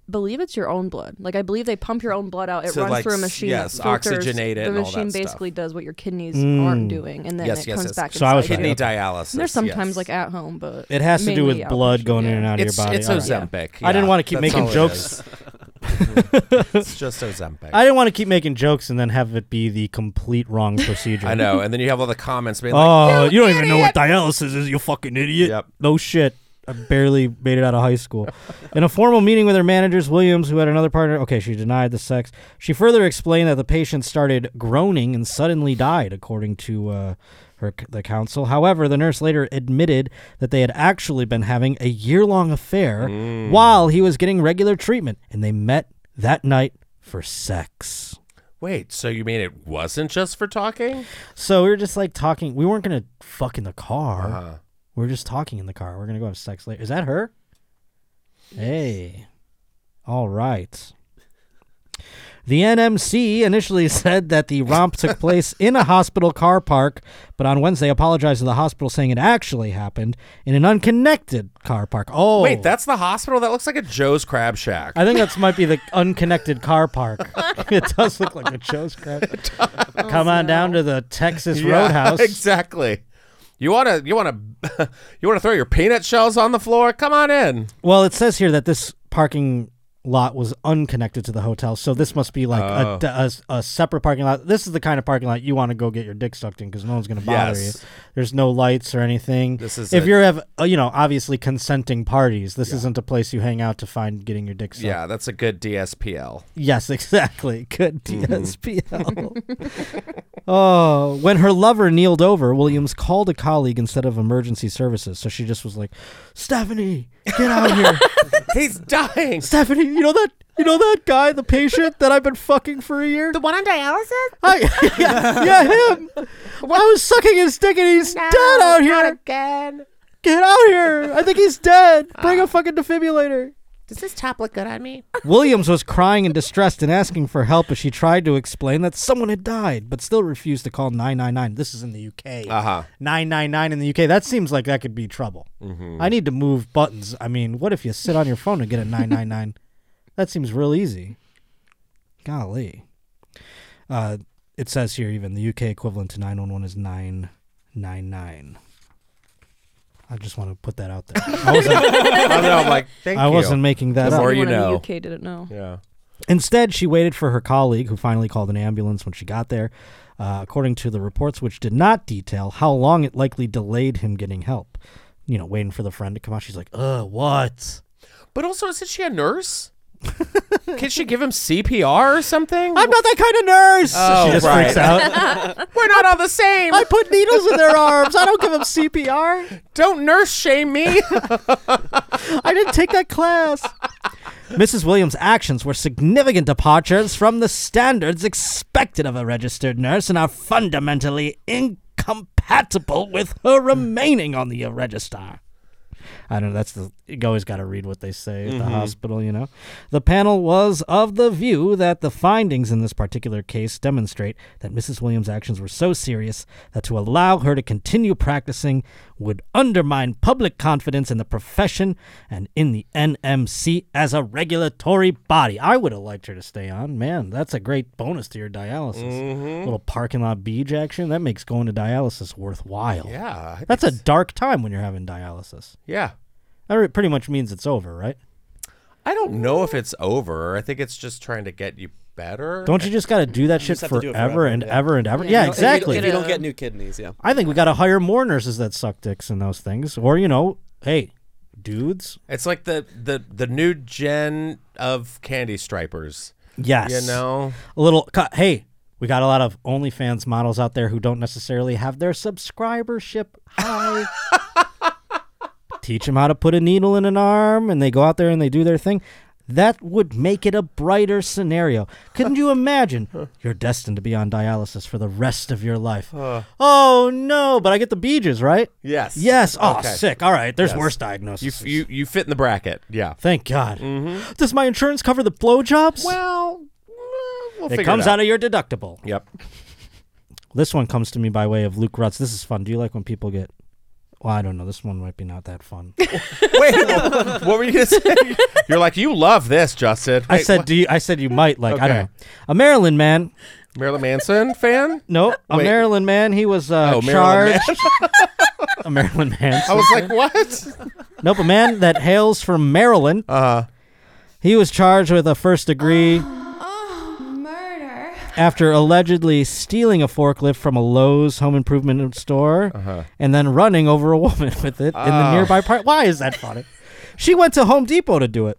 S3: believe it's your own blood. Like, I believe they pump your own blood out. It
S2: So,
S3: runs
S2: like,
S3: through a
S2: s-
S3: machine.
S2: yes,
S3: that filters.
S2: oxygenate it
S3: The
S2: and all that
S3: machine
S2: stuff.
S3: basically does what your kidneys aren't doing, and then
S2: Yes,
S3: it
S2: yes,
S3: comes
S2: yes.
S3: back.
S1: Hmm. So I was
S3: inside
S2: Kidney
S3: you.
S2: dialysis.
S3: And there's sometimes
S2: yes.
S3: like at home, but
S1: It has to do
S3: mainly
S1: with
S3: outpatient,
S1: blood going in
S3: yeah.
S1: and out
S2: It's
S1: of your body.
S2: it's
S1: All right.
S2: Ozempic.
S1: I didn't
S2: yeah.
S1: wanna keep
S2: That's
S1: making
S2: all it
S1: jokes.
S2: is. it's just Ozempic.
S1: I didn't want to keep making jokes and then have it be the complete wrong procedure.
S2: I know. And then you have all the comments being like,
S1: Oh, you don't even know what dialysis is, you fucking idiot.
S2: Yep.
S1: No shit. I barely made it out of high school. In a formal meeting with her managers, Williams, who had another partner, okay, she denied the sex. She further explained that the patient started groaning and suddenly died, according to uh, her the counsel. However, the nurse later admitted that they had actually been having a year long affair while he was getting regular treatment, and they met that night for sex.
S2: "Wait, so you mean it wasn't just for talking?"
S1: So we were just like talking. We weren't gonna fuck in the car.
S2: Uh-huh.
S1: We were just talking in the car. We're gonna go have sex later. Is that her? Hey. All right. The NMC initially said that the romp took place in a hospital car park, but on Wednesday apologized to the hospital saying it actually happened in an unconnected car park. Oh,
S2: Wait, that's the hospital. That looks like a Joe's Crab Shack.
S1: I think that's might be the unconnected car park. it does look like a Joe's crap. Come on down to the Texas
S2: Yeah,
S1: Roadhouse.
S2: Exactly. You wanna you wanna you wanna throw your peanut shells on the floor? Come on in.
S1: Well, it says here that this parking lot was unconnected to the hotel, so this must be like
S2: Oh.
S1: a- a, a separate parking lot. This is the kind of parking lot you want to go get your dick sucked in because no one's going to bother
S2: Yes.
S1: you. There's no lights or anything.
S2: This is
S1: if
S2: it.
S1: you're have uh, you know obviously consenting parties. This isn't a place you hang out to find getting your dick sucked.
S2: Yeah, that's a good DSPL.
S1: Yes, exactly. Good
S2: Mm-hmm.
S1: DSPL. oh, when her lover kneeled over, Williams called a colleague instead of emergency services. So she just was like, "Stephanie, get out here."
S2: He's dying.
S1: Stephanie, you know that you know that guy, the patient that I've been fucking for a year. The one on dialysis. I, yeah, yeah, him. I was sucking his dick and he's dead out here.
S6: again.
S1: Get out here! I think he's dead. Bring a fucking defibrillator.
S6: Does this top look good on me?
S1: Williams was crying and distressed and asking for help as she tried to explain that someone had died, but still refused to call 999. This is in the UK.
S2: Uh huh.
S1: 999 in the UK. That seems like that could be trouble.
S2: Mm-hmm.
S1: I need to move buttons. I mean, what if you sit on your phone and get a 999? that seems real easy. Golly. Uh, it says here even the UK equivalent to 911 is 999. I just want to put that out there. I wasn't,
S2: I know. Oh, I'm like, thank
S1: I
S2: you.
S1: wasn't making that
S2: The
S1: up.
S2: more you
S3: Everyone in the
S2: know.
S3: UK didn't know.
S2: Yeah.
S1: Instead, she waited for her colleague, who finally called an ambulance when she got there, uh, according to the reports, which did not detail how long it likely delayed him getting help. You know, waiting for the friend to come out. She's like, ugh, what?
S2: But also, isn't she a nurse? Can she give him CPR or something?
S1: I'm not that kind of nurse.
S2: Oh,
S1: she just
S2: right.
S1: freaks out.
S2: We're not all the same.
S1: I put needles in their arms. I don't give them CPR.
S2: Don't nurse shame me.
S1: I didn't take that class. Mrs. Williams' actions were significant departures from the standards expected of a registered nurse and are fundamentally incompatible with her remaining on the register. I don't know. That's the you always got to read what they say at the hospital, you know. The panel was of the view that the findings in this particular case demonstrate that Mrs. Williams' actions were so serious that to allow her to continue practicing would undermine public confidence in the profession and in the NMC as a regulatory body. I would have liked her to stay on. Man, that's a great bonus to your dialysis. Little parking lot beach action that makes going to dialysis worthwhile.
S2: yeah. I
S1: That's a
S2: think s-
S1: dark time when you're having dialysis.
S2: yeah.
S1: That re- pretty much means it's over, right?
S2: I don't know if it's over. I think it's just trying to get you better.
S1: Don't you just got to do that shit
S7: just have to
S1: forever,
S7: do it forever,
S1: and
S7: yeah.
S1: ever and ever? Yeah,
S7: You know, if you don't-
S1: exactly.
S7: If you don't get new kidneys, yeah.
S1: I think we got to hire more nurses that suck dicks in those things, or you know, hey, dudes.
S2: It's like the the the new gen of candy stripers.
S1: Yes.
S2: You know,
S1: a little. co- Hey, we got a lot of OnlyFans models out there who don't necessarily have their subscribership high. Teach them how to put a needle in an arm, and they go out there and they do their thing. That would make it a brighter scenario. Couldn't you imagine? You're destined to be on dialysis for the rest of your life. oh no! But I get the beeges, right?
S2: Yes.
S1: Yes. Oh,
S2: Okay.
S1: sick. All right. There's worse diagnosis.
S2: you you you fit in the bracket. Yeah.
S1: Thank God. Does my insurance cover the blowjobs?
S2: Well, we'll
S1: it comes out of your deductible.
S2: Yep.
S1: This one comes to me by way of Luke Rutz. This is fun. Do you like when people get? Well, I don't know. This one might be not that fun.
S2: Wait, what were you gonna say? You're like you love this, Justin.
S1: I
S2: Wait,
S1: said,
S2: what?
S1: do you? I said you might like. I don't know.
S2: Okay.
S1: A Maryland man.
S2: Marilyn Manson fan.
S1: No, a
S2: Wait.
S1: Maryland man. He was uh,
S2: Oh, Maryland Oh,
S1: charged. a Maryland man.
S2: I was like, what?
S1: Nope, a man that hails from Maryland.
S2: Uh,
S1: He was charged with a first degree
S4: Murder.
S1: after allegedly stealing a forklift from a Lowe's home improvement store
S2: Uh-huh.
S1: and then running over a woman with it in
S2: Ah.
S1: the nearby park. Why is that funny? She went to Home Depot to do it.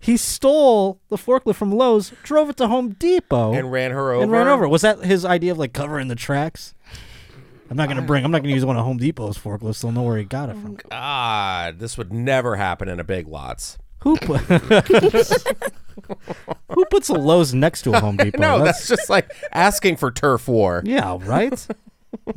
S1: He stole the forklift from Lowe's, drove it to Home Depot,
S2: and ran her over.
S1: and ran over. Was that his idea of like covering the tracks? I'm not gonna bring. I'm not gonna use one of Home Depot's forklifts. They'll know where he got it from.
S2: God, this would never happen in a big lots.
S1: Who put? Who puts a Lowe's next to a Home Depot?
S2: No, that's, just like asking for turf war.
S1: Yeah, right?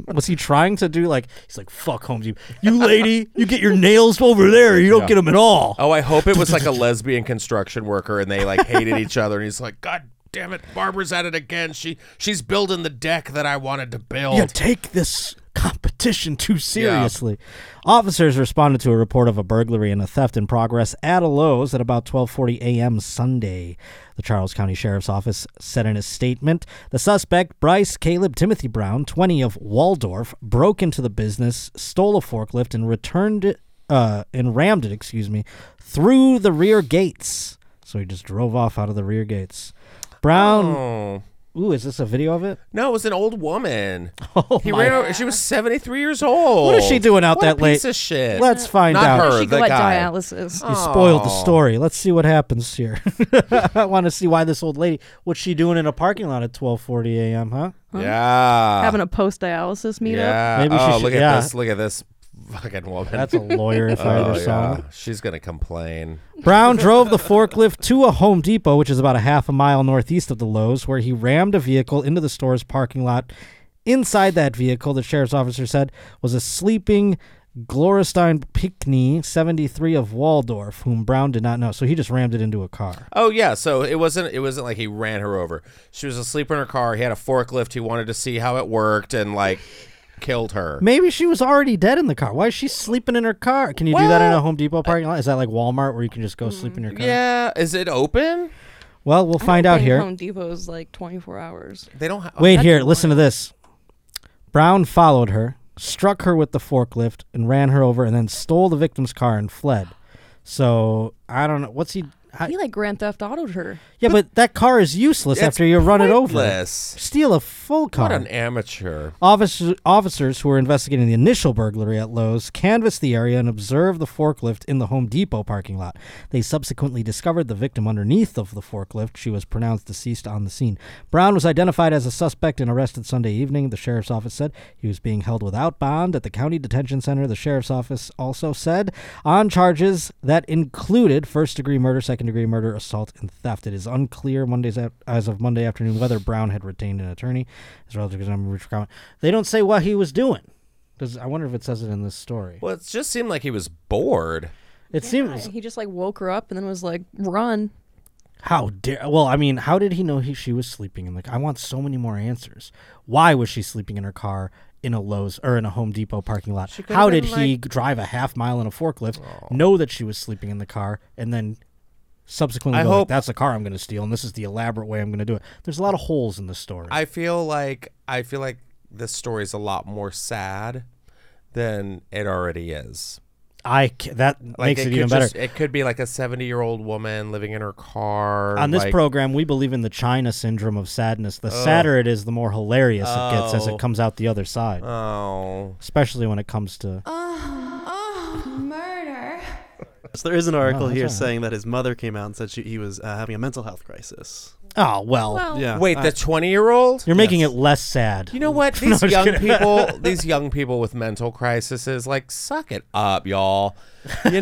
S1: Was he trying to do like he's like fuck Home Depot. You lady, you get your nails over there. You don't get them at all.
S2: Oh, I hope it was like a lesbian construction worker and they like hated each other and he's like, God damn it, Barbara's at it again. She she's building the deck that I wanted to build.
S1: You take this competition too seriously. Officers responded to a report of a burglary and a theft in progress at a Lowe's at about 12:40 a.m. Sunday. The Charles County Sheriff's Office said in a statement, the suspect, Bryce Caleb Timothy Brown, 20 of Waldorf, broke into the business, stole a forklift and returned it uh, and rammed it, excuse me, through the rear gates. So he just drove off out of the rear gates. Brown,
S2: Oh.
S1: ooh, is this a video of it?
S2: No, it was an old woman.
S1: Oh
S2: He
S1: my
S2: ran over, she was 73 years old.
S1: What is she doing out
S2: What a
S1: that late?
S2: piece of shit.
S1: Let's find
S2: Not
S1: out.
S2: her.
S3: she
S2: the
S3: got
S2: guy.
S3: dialysis.
S1: You spoiled the story. Let's see what happens here. I want to see why this old lady. What's she doing in a parking lot at 12:40 a.m. Huh?
S2: Yeah.
S3: Having a post dialysis meetup.
S2: yeah.
S1: Maybe she
S2: oh,
S1: should-
S2: look
S1: yeah.
S2: at this. Look at this fucking woman.
S1: That's a lawyer if I
S2: oh,
S1: ever saw.
S2: yeah. She's going to complain.
S1: Brown drove the forklift to a Home Depot, which is about a half a mile northeast of the Lowe's, where he rammed a vehicle into the store's parking lot. Inside that vehicle, the sheriff's officer said, was a sleeping Gloristein Pickney, 73 of Waldorf, whom Brown did not know. So he just rammed it into a car.
S2: Oh yeah, so it wasn't it wasn't like he ran her over. She was asleep in her car. He had a forklift. He wanted to see how it worked and like killed her.
S1: Maybe she was already dead in the car. Why is she sleeping in her car? Can you do that in a Home Depot parking lot? Is that like Walmart where you can just go sleep in your car?
S2: Yeah, is it open?
S1: Well, we'll find
S3: I
S1: out
S3: think
S1: here.
S3: Home Depot's like 24 hours.
S2: They don't. Ha-
S1: Wait here, listen to this. Brown followed her, struck her with the forklift, and ran her over, and then stole the victim's car and fled. So I don't know what's he. I,
S3: He like Grand Theft Autoed her.
S1: yeah, but that car is useless
S2: It's
S1: after you run it over.
S2: pointless.
S1: Steal a full car.
S2: What an amateur!
S1: Officer, officers who were investigating the initial burglary at Lowe's canvassed the area and observed the forklift in the Home Depot parking lot. They subsequently discovered the victim underneath of the forklift. She was pronounced deceased on the scene. Brown was identified as a suspect and arrested Sunday evening, the sheriff's office said. He was being held without bond at the county detention center, the sheriff's office also said, on charges that included first degree murder, second degree murder, assault, and theft. It is unclear Monday's af- as of Monday afternoon whether Brown had retained an attorney. As relatives remember Rich comment. They don't say what he was doing. Does I wonder if it says it in this story.
S2: Well, it just seemed like he was bored.
S1: It seems
S3: He just like woke her up and then was like, run.
S1: how dare. Well, I mean, how did he know he she was sleeping? in like, I want so many more answers. Why was she sleeping in her car in a Lowe's or in a Home Depot parking lot? How did he drive a half mile in a forklift,
S2: Oh.
S1: know that she was sleeping in the car, and then subsequently
S2: I
S1: go, like,
S2: hope-
S1: that's the car I'm going to steal, and this is the elaborate way I'm going to do it. There's a lot of holes in the story.
S2: I feel like I feel like this story's a lot more sad than it already is.
S1: I c- that
S2: Like,
S1: makes it,
S2: could
S1: even better.
S2: just- it could be like a 70 year old woman living in her car.
S1: On this
S2: like,
S1: program, we believe in the China syndrome of sadness. The sadder it is, the more hilarious it gets as
S2: Oh.
S1: it comes out the other side,
S2: Oh. Uh,
S1: especially when it comes to.
S7: So there is an
S3: Oh,
S7: article
S1: that's
S7: here
S1: all right.
S7: saying that his mother came out and said she, he was uh, having a mental health crisis.
S1: Oh, well.
S7: Yeah.
S2: Wait,
S7: I-
S2: the 20 year old?
S1: uh, You're making
S7: Yes.
S1: it less sad.
S2: You know what? These young people, these young people with mental crises, like suck it up, y'all. You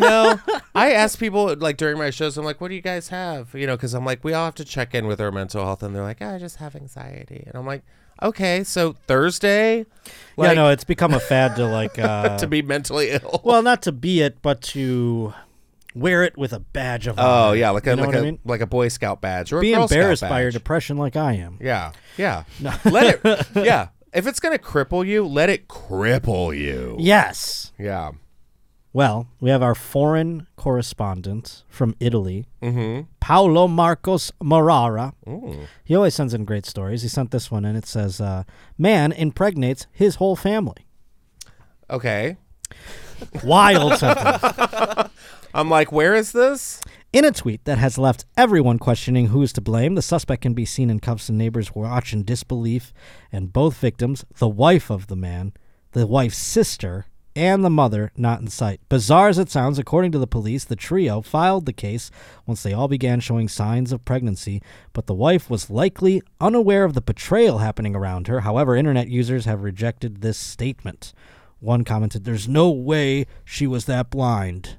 S2: know, I ask people like during my shows, I'm like, "What do you guys have?" You know, because I'm like, we all have to check in with our mental health, and they're like, "Oh, "I just have anxiety," and I'm like, "Okay, so Thursday,
S1: yeah,
S2: like,
S1: no, it's become a fad to like. Uh,
S2: to be mentally ill."
S1: well, not to be it, but to wear it with a badge of honor.
S2: oh yeah, like a
S1: You know
S2: like
S1: what
S2: a
S1: I mean?
S2: like a Boy Scout badge or
S1: Be
S2: a Girl Scout
S1: embarrassed by
S2: badge.
S1: your depression like I am.
S2: Yeah, yeah. Let it. Yeah, if it's gonna cripple you, let it cripple you.
S1: Yes.
S2: Yeah.
S1: Well, we have our foreign correspondent from Italy,
S2: Mm-hmm.
S1: Paolo Marcos Morara. He always sends in great stories. He sent this one, and it says, uh, "Man impregnates his whole family."
S2: Okay.
S1: Wild something.
S2: I'm like, where is this?
S1: In a tweet that has left everyone questioning who is to blame, the suspect can be seen in cuffs and neighbors watch in disbelief, and both victims, the wife of the man, the wife's sister, and the mother, not in sight. Bizarre as it sounds, according to the police, the trio filed the case once they all began showing signs of pregnancy, but the wife was likely unaware of the betrayal happening around her. However, internet users have rejected this statement. One commented, There's no way she was that blind.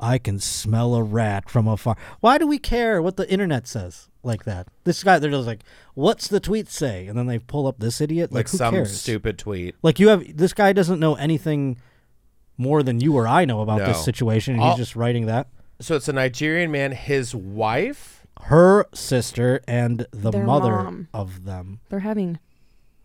S1: I can smell a rat from afar. Why do we care what the internet says like that? This guy, they're just like, what's the tweet say? And then they pull up this idiot. Like,
S2: Like
S1: who
S2: some
S1: cares?
S2: stupid tweet.
S1: Like you have this guy doesn't know anything more than you or I know about
S2: No.
S1: this situation, and
S2: All-
S1: he's just writing that.
S2: So it's a Nigerian man, his wife.
S1: Her sister and the
S3: Their
S1: mother
S3: mom.
S1: of them.
S3: They're having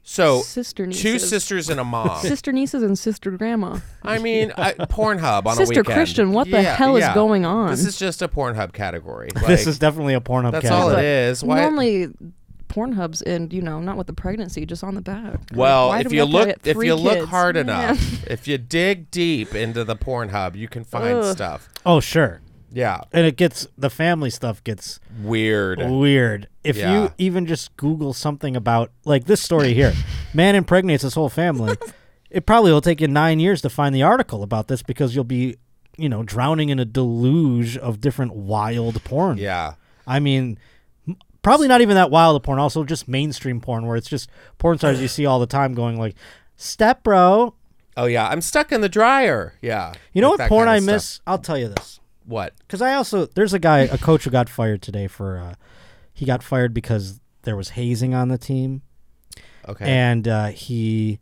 S2: So
S3: Sister
S2: two
S3: nieces.
S2: sisters and a mom.
S3: sister nieces and sister grandma.
S2: I mean, I, Pornhub on a
S3: Sister
S2: weekend.
S3: Christian, what the hell is going on?
S2: This is just a Pornhub category.
S1: this
S2: Like,
S1: is definitely a Pornhub.
S2: that's
S1: category.
S2: all it
S3: But
S2: is. Why?
S3: Normally, Pornhub's and you know not with the pregnancy, just on the back.
S2: well,
S3: Why do
S2: if
S3: we
S2: you
S3: have to
S2: look,
S3: get
S2: if
S3: three
S2: you look
S3: kids?
S2: hard
S3: Yeah.
S2: enough, if you dig deep into the Pornhub, you can find
S3: Ugh.
S2: stuff.
S1: Oh sure,
S2: Yeah,
S1: and it gets the family stuff gets
S2: weird.
S1: weird. If
S2: Yeah.
S1: you even just Google something about like this story here, man impregnates his whole family. it probably will take you nine years to find the article about this because you'll be, you know, drowning in a deluge of different wild porn.
S2: Yeah,
S1: I mean, m- probably not even that wild of porn. Also, just mainstream porn where it's just porn stars you see all the time going like, "Step bro."
S2: oh yeah, I'm stuck in the dryer. Yeah,
S1: You know
S2: Like
S1: what
S2: that
S1: porn
S2: kinda
S1: I
S2: stuff.
S1: miss? I'll tell you this.
S2: What?
S1: because I also there's a guy a coach who got fired today for uh, he got fired because there was hazing on the team
S2: Okay.
S1: and uh, he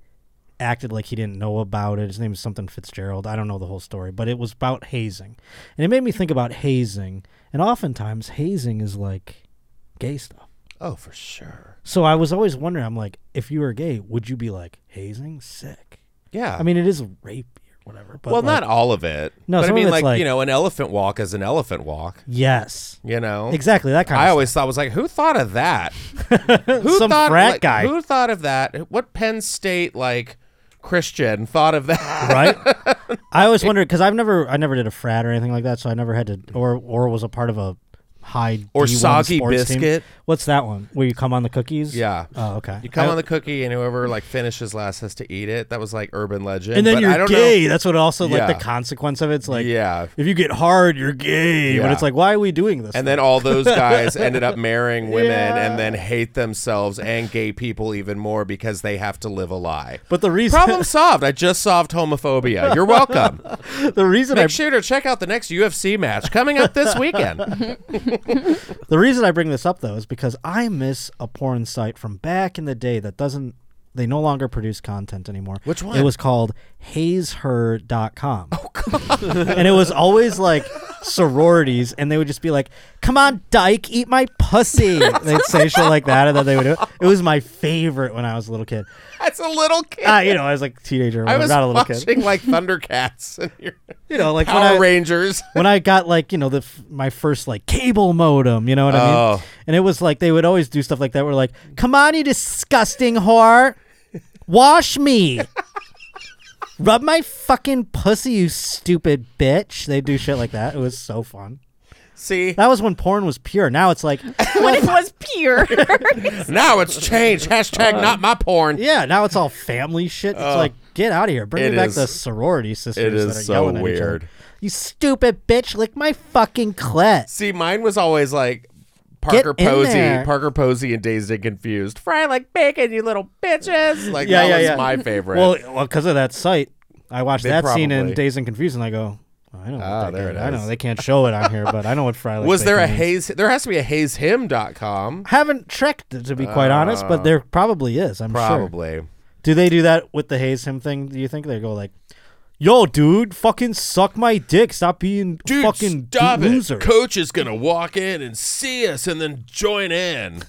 S1: acted like he didn't know about it. His name is something Fitzgerald. I don't know the whole story, but it was about hazing, and it made me think about hazing. And oftentimes hazing is like gay stuff.
S2: oh, for sure.
S1: So I was always wondering. I'm like, if you were gay, would you be like hazing? Sick.
S2: Yeah.
S1: I mean, it is rapey or whatever. But
S2: Uh, well,
S1: like,
S2: not all of it.
S1: No,
S2: but I
S1: some of
S2: mean,
S1: it's
S2: like,
S1: like-
S2: you know, an elephant walk is an elephant walk.
S1: yes.
S2: You know,
S1: Exactly that kind
S2: I
S1: of.
S2: always thought was like, who thought of that? who
S1: Some
S2: thought,
S1: frat
S2: like,
S1: guy.
S2: Who thought of that? What Penn State like Christian thought of that?
S1: right? I always wondered because I've never, I never did a frat or anything like that, so I never had to, or or was a part of a high
S2: Or
S1: D1
S2: soggy
S1: sports team.
S2: biscuit.
S1: What's that one? Where you come on the cookies?
S2: Yeah.
S1: Oh, okay.
S2: You come
S1: I-
S2: on the cookie and whoever like finishes last has to eat it. That was like urban legend.
S1: and then
S2: but I
S1: you're
S2: don't
S1: gay.
S2: Know.
S1: That's what also like
S2: Yeah.
S1: the consequence of it's like,
S2: Yeah.
S1: if you get hard, you're gay. But
S2: Yeah.
S1: it's like, why are we doing this?
S2: And then all those guys ended up marrying women
S1: Yeah.
S2: and then hate themselves and gay people even more because they have to live a lie.
S1: but the reason,
S2: Problem solved. I just solved homophobia. You're welcome.
S1: the reason I
S2: Make sure to check out the next UFC match coming up this weekend.
S1: The reason I bring this up though is because I miss a porn site from back in the day that doesn't they no longer produce content anymore.
S2: Which one?
S1: It was called hazeher.com. Oh god. and it was always like sororities and they would just be like, "Come on, dyke, eat my pussy." They'd say shit like that and then they would do it. It was my favorite when I was a little kid.
S2: That's a little kid.
S1: Uh, you know, I was like a teenager, or
S2: I
S1: whatever,
S2: was
S1: not a little
S2: watching
S1: kid.
S2: like Thundercats and your
S1: You know, like when
S2: Power
S1: I,
S2: Rangers.
S1: when I got like you know the f- my first like cable modem, you know what I mean?
S2: Oh.
S1: And it was like they would always do stuff like that. We're like, "Come on, you disgusting whore, wash me." Rub my fucking pussy, you stupid bitch. They do shit like that. It was so fun.
S2: See,
S1: That was when porn was pure. Now it's like,
S3: when it was pure.
S2: now it's changed. Hashtag not my porn.
S1: yeah, now it's all family shit. It's like, get out of here. Bring
S2: Oh. it
S1: me back
S2: is-
S1: the sorority sisters
S2: it is
S1: that are
S2: so
S1: yelling at each other.
S2: weird.
S1: You stupid bitch, lick my fucking clit.
S2: See, mine was always like Parker
S1: Get in
S2: Posey,
S1: there.
S2: Parker Posey, and Dazed and Confused. Fry like bacon, you little bitches. Like
S1: Yeah,
S2: that
S1: yeah,
S2: was
S1: yeah.
S2: my favorite.
S1: Well, well, because of that site, I watched
S2: They
S1: that scene in
S2: probably-
S1: Days and Confused, and I go, I know. what
S2: Ah,
S1: that
S2: there
S1: is.
S2: it
S1: I know
S2: is.
S1: they can't show it on here, but I know what Fry. Like
S2: was there a
S1: Bacon means.
S2: haze? There has to be a hazehim.com.
S1: Haven't checked to be quite honest, but there probably is. I'm sure.
S2: Ah. Probably.
S1: Do they do that with the haze him thing? Do you think they go like, "Yo, dude, fucking suck my dick. Stop being
S2: Dude,
S1: fucking
S2: stop
S1: d- loser."
S2: it. Coach is going to walk in and see us and then join in.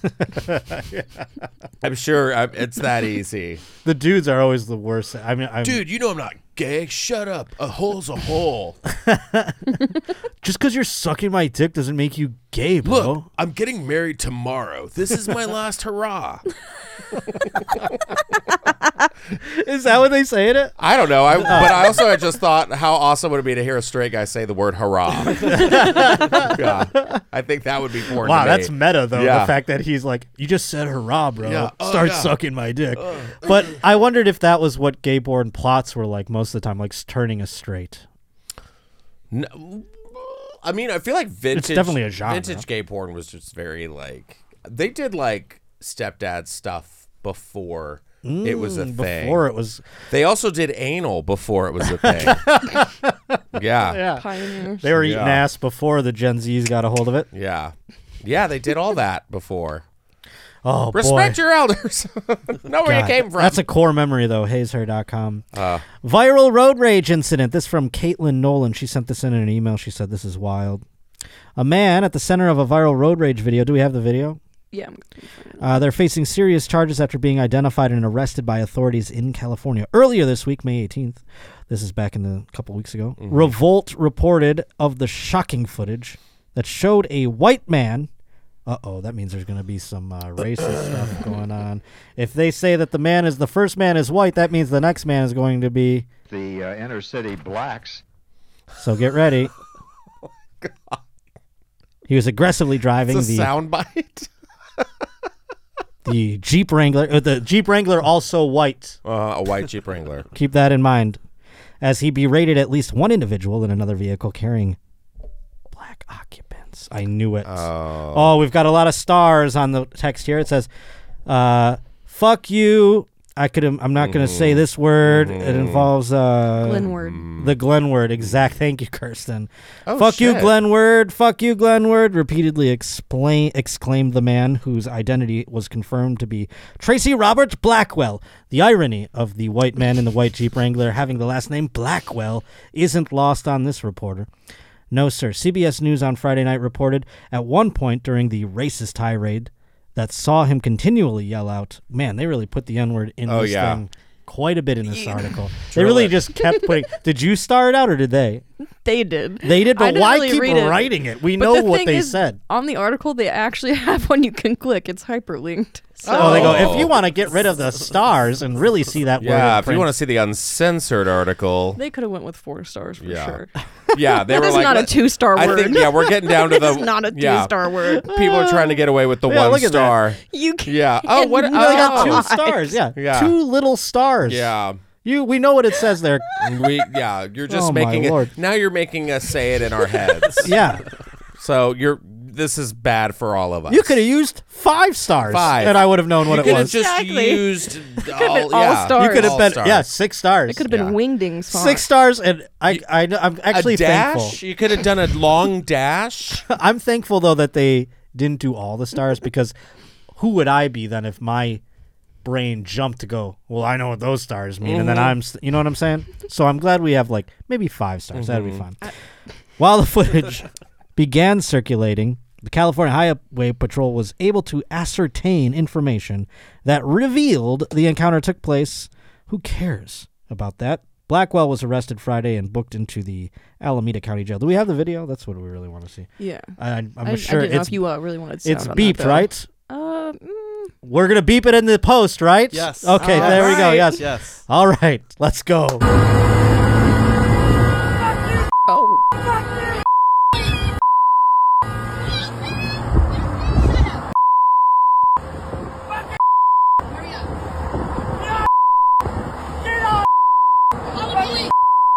S2: I'm sure um, it's that easy.
S1: the dudes are always the worst. I mean, I'm,
S2: Dude, you know I'm not gay. Shut up. A hole's a hole.
S1: just because you're sucking my dick doesn't make you gay,
S2: Look,
S1: bro.
S2: I'm getting married tomorrow. This is my last hurrah.
S1: Is that what they say in it?
S2: I don't know. I, but I also had just thought how awesome would it be to hear a straight guy say the word hurrah. yeah, I think that would be porn.
S1: Wow,
S2: to
S1: that's
S2: me.
S1: meta though.
S2: Yeah.
S1: The fact that he's like, you just said hurrah, bro.
S2: Yeah. Oh,
S1: Start
S2: yeah. Uh,
S1: sucking my dick. But I wondered if that was what gay porn plots were like most of the time, like s- turning us straight.
S2: No, I mean, I feel like vintage.
S1: definitely a genre.
S2: Vintage gay porn was just very like they did like stepdad stuff before it was a thing.
S1: Mm, Before it was,
S2: They also did anal before it was a thing. yeah, yeah,
S3: Pioneers.
S1: they were eating
S2: Yeah.
S1: ass before the Gen Z's got a hold of it.
S2: yeah, They did all that before.
S1: Oh,
S2: Respect
S1: boy.
S2: your elders. know where you
S1: God,
S2: came from.
S1: That's a core memory, though. HazeHer.com.
S2: Uh.
S1: Viral road rage incident. This from Caitlin Nolan. She sent this in an email. She said, This is wild. A man at the center of a viral road rage video. Do we have the video?
S3: Yeah. I'm-
S1: Uh, they're facing serious charges after being identified and arrested by authorities in California earlier this week, May 18th. This is back in the couple weeks ago.
S2: Mm-hmm.
S1: Revolt reported of the shocking footage that showed a white man. Uh oh, that means there's going to be some uh, racist stuff going on. If they say that the man is the first man is white, that means the next man is going to be.
S5: The uh, inner city blacks. Oh
S1: So get ready. He was aggressively driving
S2: It's a
S1: the
S2: soundbite.
S1: the Jeep Wrangler. uh, the Jeep Wrangler also white.
S2: Uh, a white Jeep Wrangler.
S1: Keep that in mind. As he berated at least one individual in another vehicle carrying black occupants. I knew it. Oh, we've got a lot of stars on the text here. It says, uh, fuck you. I could. I'm not going to say this word. It involves uh,
S3: Glenward.
S1: The Glenn word, exact. Thank you, Kirsten.
S2: Mm. Oh,
S1: fuck you,
S2: shit.
S1: Glenn word. Fuck you, Glenn word. Repeatedly explain, exclaimed the man whose identity was confirmed to be Tracy Robert Blackwell. The irony of the white man in the white Jeep Wrangler having the last name Blackwell isn't lost on this reporter. No, sir. CBS News on Friday night reported at one point during the racist tirade that saw him continually yell out, "Man, they really put the N word in
S2: Oh,
S1: this
S2: yeah.
S1: thing." Quite a bit in this article. They
S2: Drill
S1: really
S2: it.
S1: just kept putting. did you star it out or did they?
S3: They did.
S1: They did,
S3: I
S1: but
S3: didn't
S1: why
S3: really
S1: keep
S3: read it.
S1: writing it? We
S3: But
S1: know
S3: the
S1: what
S3: thing
S1: they
S3: is,
S1: said.
S3: On the article, they actually have one you can click. It's hyperlinked. So
S1: Oh, they go.
S2: Oh.
S1: If you want to get rid of the stars and really see that word,
S2: Yeah, if you want to see the uncensored article.
S3: they could have went with four stars for
S2: Yeah.
S3: sure.
S2: Yeah, they
S3: That
S2: were
S3: is
S2: like
S3: not a
S2: "Let-
S3: two-star
S2: I think
S3: word.
S2: yeah, we're getting down to the
S3: It's not a
S2: yeah.
S3: two-star word.
S2: People are trying to get away with the
S1: Uh, Yeah,
S2: one
S1: look at that.
S2: star.
S3: You can
S2: Yeah. Oh, what?
S3: No,
S1: They got
S2: Oh,
S3: God.
S1: two stars. Yeah.
S2: Yeah.
S1: two little stars.
S2: yeah.
S1: you. We know what it says there.
S2: We yeah. You're just
S1: Oh, my
S2: making
S1: Lord.
S2: it. Now you're making us say it in our heads.
S1: yeah,
S2: So you're. This is bad for all of us.
S1: you could have used five stars,
S2: Five.
S1: and I would have known what
S2: You
S1: it
S2: could have
S1: was.
S2: just
S3: Exactly.
S2: used all,
S3: all
S2: yeah.
S3: stars.
S1: you could have
S2: All
S1: been
S2: stars.
S1: yeah six stars.
S3: It could have been
S2: Yeah.
S3: wingdings.
S1: six stars, and I, I I'm actually
S2: a dash.
S1: thankful.
S2: You could have done a long dash.
S1: I'm thankful though that they didn't do all the stars because who would I be then if my brain jumped to go, well, I know what those stars mean, and then I'm, s- you know what I'm saying? So I'm glad we have like maybe five stars. That'd be fun. While the footage began circulating, the California Highway Patrol was able to ascertain information that revealed the encounter took place. Who cares about that? Blackwell was arrested Friday and booked into the Alameda County Jail. Do we have the video? That's what we really want to see.
S3: Yeah.
S1: I, I'm
S3: I,
S1: sure
S3: I didn't know
S1: it's
S3: if you uh, really wanted.
S1: it's
S3: sound on that,
S1: beeped,
S3: though.
S1: right?
S3: Uh, mm,
S1: We're gonna beep it in the post, right?
S7: Yes.
S1: Okay,
S7: All
S1: there we go.
S3: right.
S1: Yes.
S7: Yes.
S1: All right, let's go.
S3: Oh.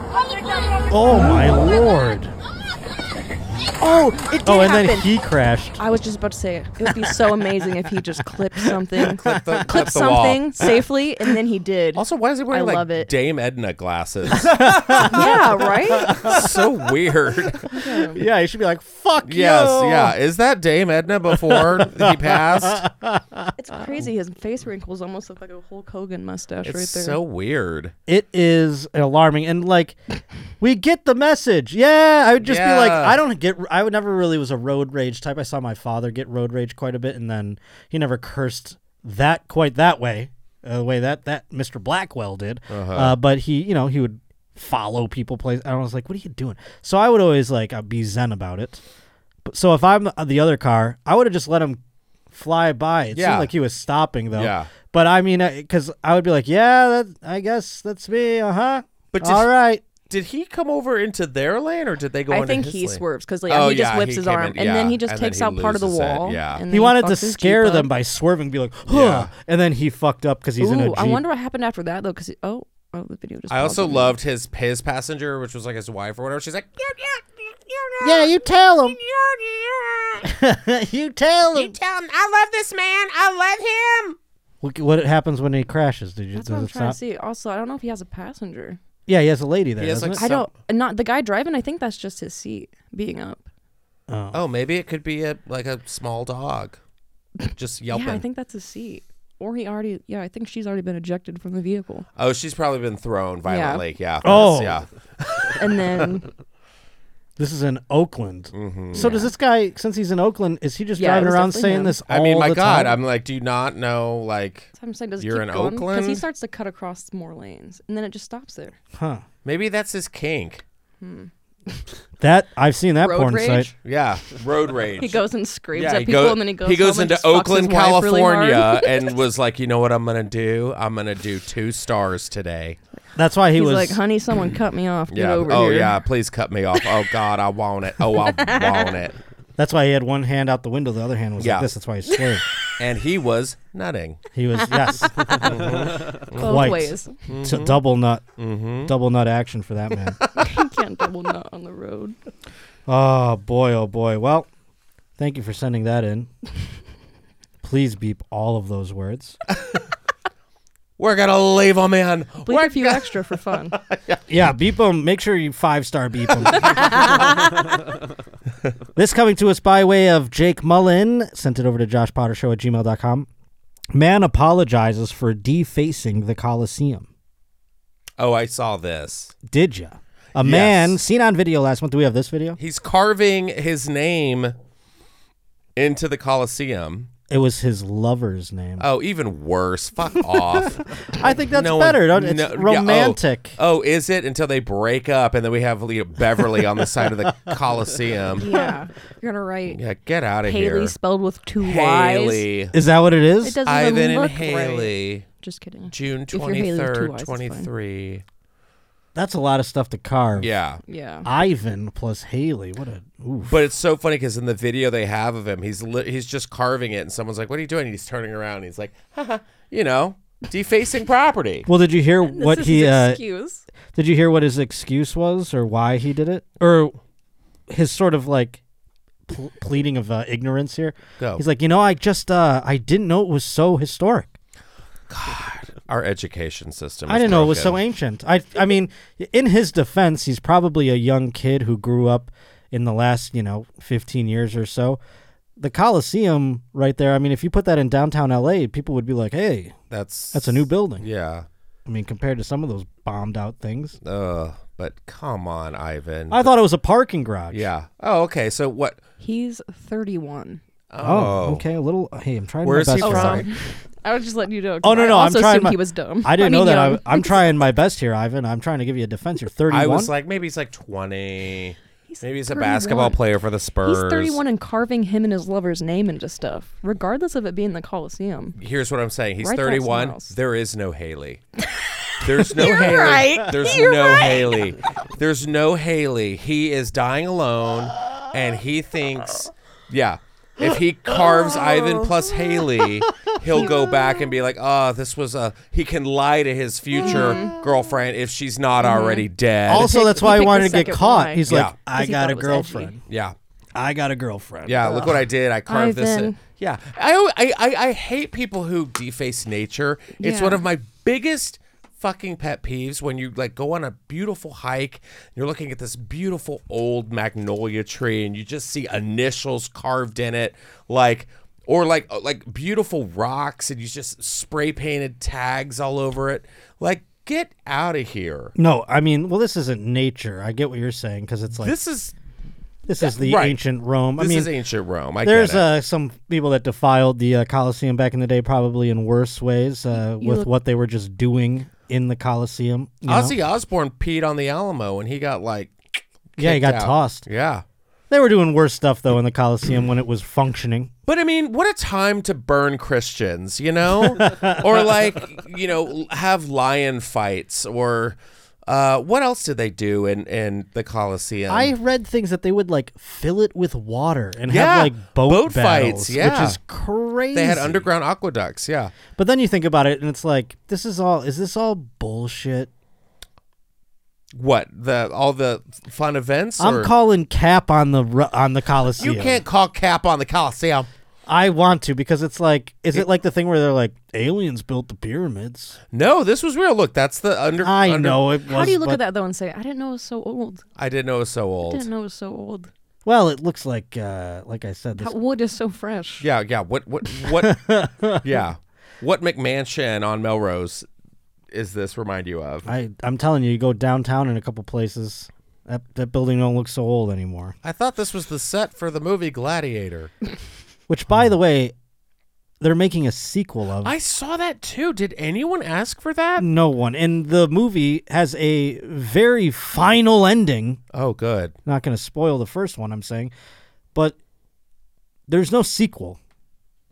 S1: Oh my lord.
S3: Oh, it did
S1: Oh, and
S3: happen.
S1: then he crashed.
S3: I was just about to say it would be so amazing if he just clipped something, clipped,
S2: the- clipped the wall.
S3: something safely, and then he did.
S2: Also, why is he wearing
S3: I
S2: like
S3: love it.
S2: Dame Edna glasses?
S3: yeah, right.
S2: so weird.
S1: Yeah, he should be like, fuck
S2: Yes,
S1: you.
S2: yeah. Is that Dame Edna before he passed?
S3: It's crazy. His face wrinkles almost look like a Hulk Hogan mustache
S2: Oh. It's
S3: right there.
S2: so weird.
S1: It is alarming. And like, we get the message. Yeah. I would just be like,
S2: Yeah.
S1: I don't get, I would never really was a road rage type. I saw my father get road rage quite a bit, and then he never cursed that quite that way, uh, the way that, that Mr. Blackwell did.
S2: Uh-huh.
S1: uh but he, you know, he would follow people place. And I was like, what are you doing? So I would always like, I'd be zen about it. But so if I'm uh, the other car, I would have just let him fly by. It
S2: Yeah.
S1: seemed like he was stopping though.
S2: Yeah.
S1: But I mean, because I would be like, yeah, that, I guess that's me. Uh huh.
S2: But did-
S1: all right.
S2: Did he come over into their lane or did they go
S3: I
S2: into
S3: think
S2: his
S3: he
S2: lane?
S3: swerves because
S2: Oh,
S3: he just
S2: yeah,
S3: whips
S2: he
S3: his
S2: came
S3: arm
S2: in-
S3: and then
S2: yeah,
S3: he just
S2: and then
S3: takes
S2: he
S3: out part of the
S2: loses it,
S3: wall.
S2: yeah.
S3: and
S1: He
S3: then
S1: wanted to
S3: fucks his Jeep
S1: scare
S3: Mm, up.
S1: them by swerving, be like, huh,
S2: Yeah.
S1: and then he fucked up because he's in a
S3: Ooh,
S1: jeep.
S3: I wonder what happened after that though. Because oh, oh, the video just.
S2: I
S3: paused
S2: also
S3: on me.
S2: loved his his passenger, which was like his wife or whatever. She's like, "You're- you're- you're not-
S1: yeah, you tell him.
S6: You're- you're-
S1: you tell
S6: You
S1: him.
S6: tell him, I love this man. I love him.
S1: What, what happens when he crashes? Did you?
S3: That's
S1: does
S3: what I'm
S1: it
S3: trying to
S1: stop?
S3: see. Also, I don't know if he has a passenger.
S1: Yeah, he has a lady there.
S2: He has,
S1: doesn't
S2: like,
S1: it?
S3: I
S2: So-
S3: don't. Not the guy driving. I think that's just his seat being up.
S2: Oh, maybe it could be a like a small dog, just yelping.
S3: Yeah, I think that's his seat. Or he already. Yeah, I think she's already been ejected from the vehicle.
S2: oh, she's probably been thrown violently. Yeah.
S1: Oh.
S2: that's- yeah.
S3: And then
S1: This is in Oakland.
S2: Mm-hmm.
S1: So does this guy, since he's in Oakland, is he just
S3: Yeah, it
S1: driving
S3: was
S1: around
S3: definitely
S1: saying
S3: him.
S1: this?
S2: I mean,
S1: all
S2: my
S1: the
S2: God,
S1: time?
S2: I'm like, do you not know like
S3: that's what I'm saying does it
S2: You're
S3: keep
S2: in
S3: going? because he
S2: Oakland?
S3: starts to cut across more lanes, and then it just stops there.
S1: huh?
S2: maybe that's his kink.
S1: That I've seen that
S3: Road
S1: porn
S3: rage?
S1: site.
S2: Yeah, road rage.
S3: He goes and screams
S2: yeah,
S3: at people,
S2: go-
S3: and then he goes.
S2: he goes
S3: home and
S2: into
S3: just fucks his
S2: Oakland,
S3: wife really hard.
S2: California, and was like, you know what I'm gonna do? I'm gonna do two stars today.
S1: That's why he
S3: He's
S1: was
S3: like, "Honey, someone cut me off. Get
S2: Mm. Yeah.
S3: over
S2: oh
S3: here."
S2: yeah. Please cut me off. Oh God, I want it. Oh, I want it.
S1: That's why he had one hand out the window, the other hand was
S2: Yeah.
S1: like this. That's why he swerved.
S2: And he was nutting.
S1: he was yes,
S3: both
S1: Quite.
S3: ways.
S1: to double nut, double nut action for that man.
S3: You can't double nut on the road.
S1: oh boy, oh boy. Well, thank you for sending that in. Please beep all of those words.
S2: We're gonna leave him in.
S3: Bleed a few extra for fun.
S1: Yeah, beep them. Make sure you five star beep them. this coming to us by way of Jake Mullen. Sent it over to joshpottershow at gmail.com. Man apologizes for defacing the Coliseum.
S2: Oh, I saw this.
S1: Did ya? A man
S2: Yes.
S1: seen on video last month. Do we have this video?
S2: He's carving his name into the Colosseum.
S1: It was his lover's name.
S2: Oh, even worse. Fuck off.
S1: I think that's
S2: No one-
S1: better. don't- it's
S2: no- yeah, oh.
S1: romantic.
S2: oh, is it until they break up and then we have you know, Beverly on the side of the Colosseum?
S3: Yeah, you're gonna write
S2: Yeah, get out of
S3: Haley
S2: here.
S3: spelled with two Y's.
S2: Haley.
S1: Is that what it is?
S3: It doesn't
S2: Ivan
S3: even
S2: and
S3: look right.
S2: Haley.
S3: Just kidding.
S2: June
S3: you're Haley with two Ys,
S2: 23rd,
S3: it's fine.
S2: 23.
S1: That's a lot of stuff to carve.
S2: Yeah.
S3: Yeah.
S1: Ivan plus Haley. What a oof.
S2: But it's so funny because in the video they have of him, he's li- he's just carving it, and someone's like, "What are you doing?" And he's turning around, and he's like, Haha, "You know, defacing property."
S1: Well, did you hear what
S3: this
S1: he
S3: is
S1: uh,
S3: excuse.
S1: did you hear what his excuse was or why he did it or his sort of like pl- pleading of uh, ignorance here?
S2: Go.
S1: He's like, "You know, I just uh I didn't know it was so historic.
S2: Our education system.
S1: I
S2: is
S1: didn't know it was so
S2: broken.
S1: ancient. I I mean, in his defense, he's probably a young kid who grew up in the last, you know, 15 years or so. The Coliseum right there, I mean, if you put that in downtown LA, people would be like, "Hey,
S2: That's
S1: that's a new building."
S2: Yeah.
S1: I mean, compared to some of those bombed out things.
S2: Ugh. uh, But come on, Ivan.
S1: I thought it was a parking garage.
S2: yeah. Oh, okay. So what?
S3: He's 31.
S1: Oh, okay, a little Hey, I'm trying
S2: Where's
S1: my
S2: he
S1: best.
S2: from?
S1: here.
S3: I was just letting you know. 'cause
S1: Oh no,
S3: I
S1: no! I'm
S3: also
S1: trying.
S3: assumed
S1: My,
S3: he was dumb.
S1: I didn't
S3: mean,
S1: know that.
S3: young.
S1: I, I'm trying my best here, Ivan. I'm trying to give you a defense. You're 31.
S2: I was like, maybe he's like 20.
S3: He's
S2: Maybe he's a
S3: 31.
S2: basketball player for the Spurs.
S3: He's 31 and carving him and his lover's name into stuff, regardless of it being the Coliseum.
S2: Here's what I'm saying. He's
S3: Write that somewhere
S2: 31.
S3: else.
S2: There is no Haley. There's no
S3: You're
S2: Haley.
S3: right.
S2: There's
S3: You're
S2: no
S3: right.
S2: Haley. There's no Haley. He is dying alone, and he thinks, yeah. If he carves Ivan plus Haley, he'll go back and be like, "Oh, this was a." He can lie to his future
S3: Mm-hmm.
S2: girlfriend if she's not already dead.
S1: Also,
S3: picked-
S1: that's
S3: he
S1: why he
S3: picked the
S1: wanted to get
S3: second
S1: caught.
S3: lie.
S1: He's
S2: Yeah.
S1: like,
S2: 'Cause
S1: I
S3: he
S1: got
S3: thought
S1: a
S3: it was edgy.
S1: girlfriend.
S2: yeah,
S1: I got a girlfriend.
S2: yeah. Look what I did. I carved this. In.
S3: Ivan.
S2: Yeah, I, al- I I I hate people who deface nature. It's
S3: Yeah.
S2: one of my biggest fucking pet peeves when you like go on a beautiful hike you're looking at this beautiful old magnolia tree and you just see initials carved in it like or like uh, like beautiful rocks and you just spray painted tags all over it like get out of here
S1: No, I mean, well, this isn't nature. I get what you're saying because it's like this,
S2: this is
S1: is the
S2: right.
S1: ancient Rome.
S2: this
S1: I mean,
S2: is ancient rome i
S1: there's
S2: get it.
S1: uh, some people that defiled the uh, Colosseum back in the day, probably in worse ways uh, with
S3: look-
S1: what they were just doing in the Colosseum. you know?
S2: ozzy osbourne peed on the alamo and he got like
S1: yeah, he
S2: kicked
S1: got
S2: out.
S1: tossed.
S2: yeah
S1: They were doing worse stuff though in the Colosseum when it was functioning.
S2: But I mean, what a time to burn Christians, you know? or like, you know, have lion fights or uh, what else did they do in, in the Colosseum?
S1: I read things that they would like fill it with water and
S2: Yeah,
S1: have like boat,
S2: boat fights,
S1: battles,
S2: yeah.
S1: which is crazy.
S2: they had underground aqueducts, yeah.
S1: But then you think about it, and it's like, this is all is this all bullshit?
S2: What? The all the fun events? or-
S1: I'm calling cap on the ru- on the
S2: You
S1: Coliseum.
S2: can't call cap on the Colosseum.
S1: I want to because it's like, is it like the thing where they're like aliens built the pyramids?
S2: No, this was real. Look, that's the under
S1: I
S2: under-
S1: know it was.
S3: How do you look
S1: but-
S3: at that though and say, "I didn't know it was so old.
S2: I didn't know it was so
S3: I didn't
S2: old.
S3: know it was so old.
S1: Well, it looks like, uh like I said, this
S3: That wood is so fresh."
S2: Yeah, yeah. What what what yeah. What McMansion on Melrose is this remind you of?
S1: I, I'm telling you, you go downtown in a couple places. That, that building don't look so old anymore.
S2: I thought this was the set for the movie Gladiator.
S1: Which, by the way, they're making a sequel of.
S2: Hmm. I saw that too. Did anyone ask for that?
S1: no one, and the movie has a very final ending.
S2: Oh, good.
S1: Not going to spoil the first one. I'm saying, but there's no sequel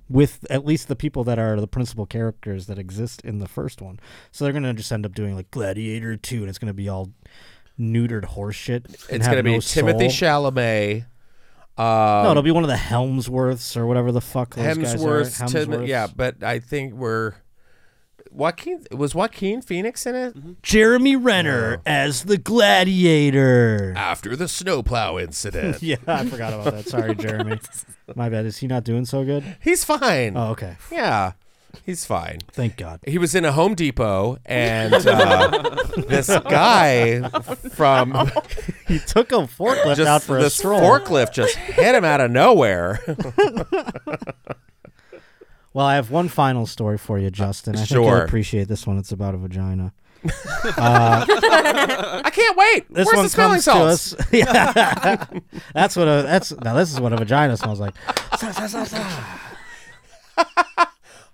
S1: with at least the people that are the principal characters that exist in the first one. So they're going to just end up doing like Gladiator Two, and it's going to be all neutered horseshit.
S2: It's going to be Timothy Chalamet, uh,
S1: No, it'll be one of the Helmsworths or whatever the fuck those guys are.
S2: Hemsworth, Tim, yeah. But I think we're Joaquin was Joaquin Phoenix in it
S1: Jeremy Renner as the Gladiator.
S2: after the snowplow incident.
S1: Yeah, I forgot about that. Sorry, Jeremy. My bad. Is he not doing so good?
S2: He's fine.
S1: Oh, okay.
S2: Yeah, he's fine.
S1: Thank God.
S2: He was in a Home Depot, and uh, this guy from
S1: He took a forklift out for a
S2: this
S1: stroll.
S2: forklift just hit him out of nowhere.
S1: well, I have one final story for you, Justin. I think you'll
S2: Sure.
S1: appreciate this one. It's about a vagina.
S2: I can't wait.
S1: This
S2: Where's
S1: one
S2: the smelling
S1: comes
S2: salts?
S1: to us. Yeah. that's what a that's now. This is what a vagina smells like.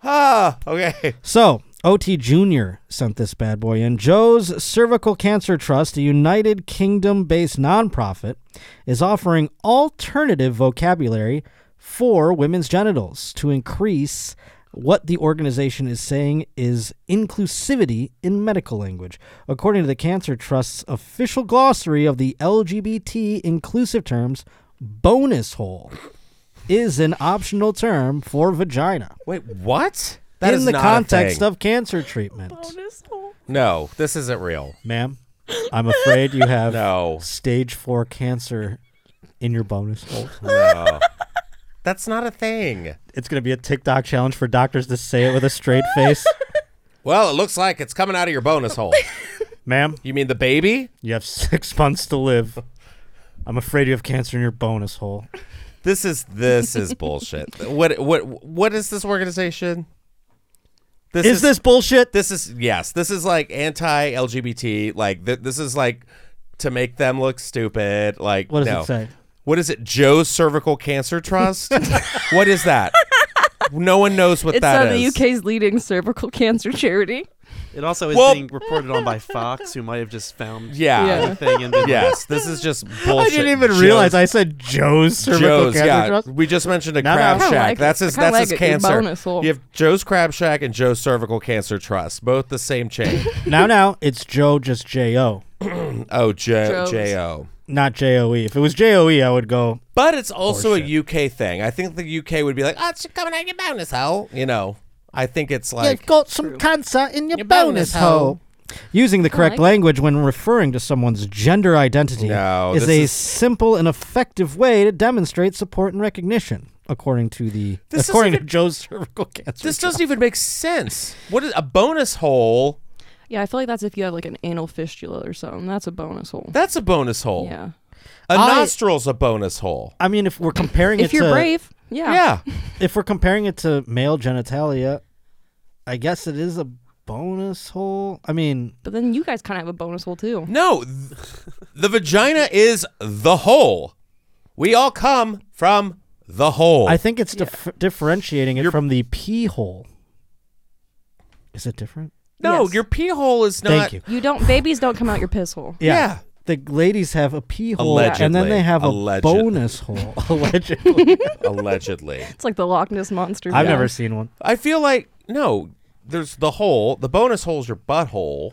S2: Ah, okay.
S1: So, OT Jr. sent this bad boy in. Joe's Cervical Cancer Trust, a United Kingdom based nonprofit, is offering alternative vocabulary for women's genitals to increase what the organization is saying is inclusivity in medical language. According to the Cancer Trust's official glossary of the LGBT inclusive terms, bonus hole is an optional term for vagina
S2: Wait, what? That is
S1: in the
S2: not a
S1: context
S2: thing.
S1: of cancer treatment.
S2: no, this isn't real.
S1: Ma'am, I'm afraid you have
S2: No,
S1: stage four cancer in your bonus hole.
S2: no, that's not a thing.
S1: It's going to be a TikTok challenge for doctors to say it with a straight face.
S2: Well, it looks like it's coming out of your bonus hole.
S1: Ma'am,
S2: You mean the baby?
S1: you have six months to live. I'm afraid you have cancer in your bonus hole.
S2: This is this is bullshit. What what what is this organization? This
S1: Is this bullshit?
S2: this is yes. This is like anti-LGBT. Like th- this is like to make them look stupid. Like
S1: What does
S2: no.
S1: it say?
S2: What is it? Joe's Cervical Cancer Trust. what is that? No one knows what
S3: It's
S2: that
S3: uh, the
S2: is.
S3: UK's leading cervical cancer charity.
S7: It also is
S2: Well-
S7: being reported on by Fox, who might have just found
S2: Yeah.
S3: Yeah.
S7: the thing and been like,
S2: yes, this is just bullshit.
S1: I didn't even
S2: Joe's-
S1: realize I said Joe's cervical
S2: Joe's,
S1: cancer
S2: yeah.
S1: trust.
S2: We just mentioned a
S1: No, no. I
S2: crab
S1: kinda
S2: shack.
S3: like it.
S2: that's his.
S3: I kinda
S2: That's his
S3: like it. Your
S2: cancer.
S3: bonus will-
S2: You have Joe's crab shack and Joe's cervical cancer trust, both the same chain.
S1: Now, now it's Joe, just J O,
S2: oh, Joe,
S3: Joe's.
S2: J O.
S1: not J O E. If it was J O E, I would go.
S2: But it's also a UK thing. I think the UK would be like, "Oh, it's coming out your bonus hole," you know. I think it's like
S1: got some cancer in your,
S2: bonus hole.
S1: Using the correct
S3: like it.
S1: language when referring to someone's gender identity
S2: No,
S1: is
S2: this
S1: a
S2: is-
S1: simple and effective way to demonstrate support and recognition, according to the
S2: This is
S1: according
S2: like
S1: to
S2: a-
S1: Joe's cervical cancer.
S2: this doesn't even make sense. What is a bonus hole?
S3: Yeah, I feel like that's if you have like an anal fistula or something. That's a bonus hole.
S2: That's a bonus
S1: Oh.
S2: hole.
S3: yeah.
S2: A
S1: I-
S2: nostril's a bonus hole.
S1: I mean, if we're comparing
S3: If
S1: it
S3: you're
S1: to
S3: brave, yeah.
S2: Yeah.
S1: if we're comparing it to male genitalia, I guess it is a bonus hole. I mean,
S3: But then you guys kind of have a bonus hole too.
S2: No, th- the vagina is the hole. We all come from the hole.
S1: I think it's dif- differentiating it
S2: Your-
S1: from the pee hole. Is it different?
S2: no,
S3: Yes.
S2: your pee hole is not.
S1: Thank you.
S3: You don't. Babies don't come out your piss hole.
S2: Yeah.
S1: The ladies have a pee hole, and then
S2: Allegedly.
S1: they have a
S2: Allegedly.
S1: bonus hole. Allegedly,
S2: Allegedly,
S3: It's like the Loch Ness monster.
S1: I've
S3: Yeah.
S1: never seen one.
S2: I feel like no. There's the hole. The bonus hole is your butthole,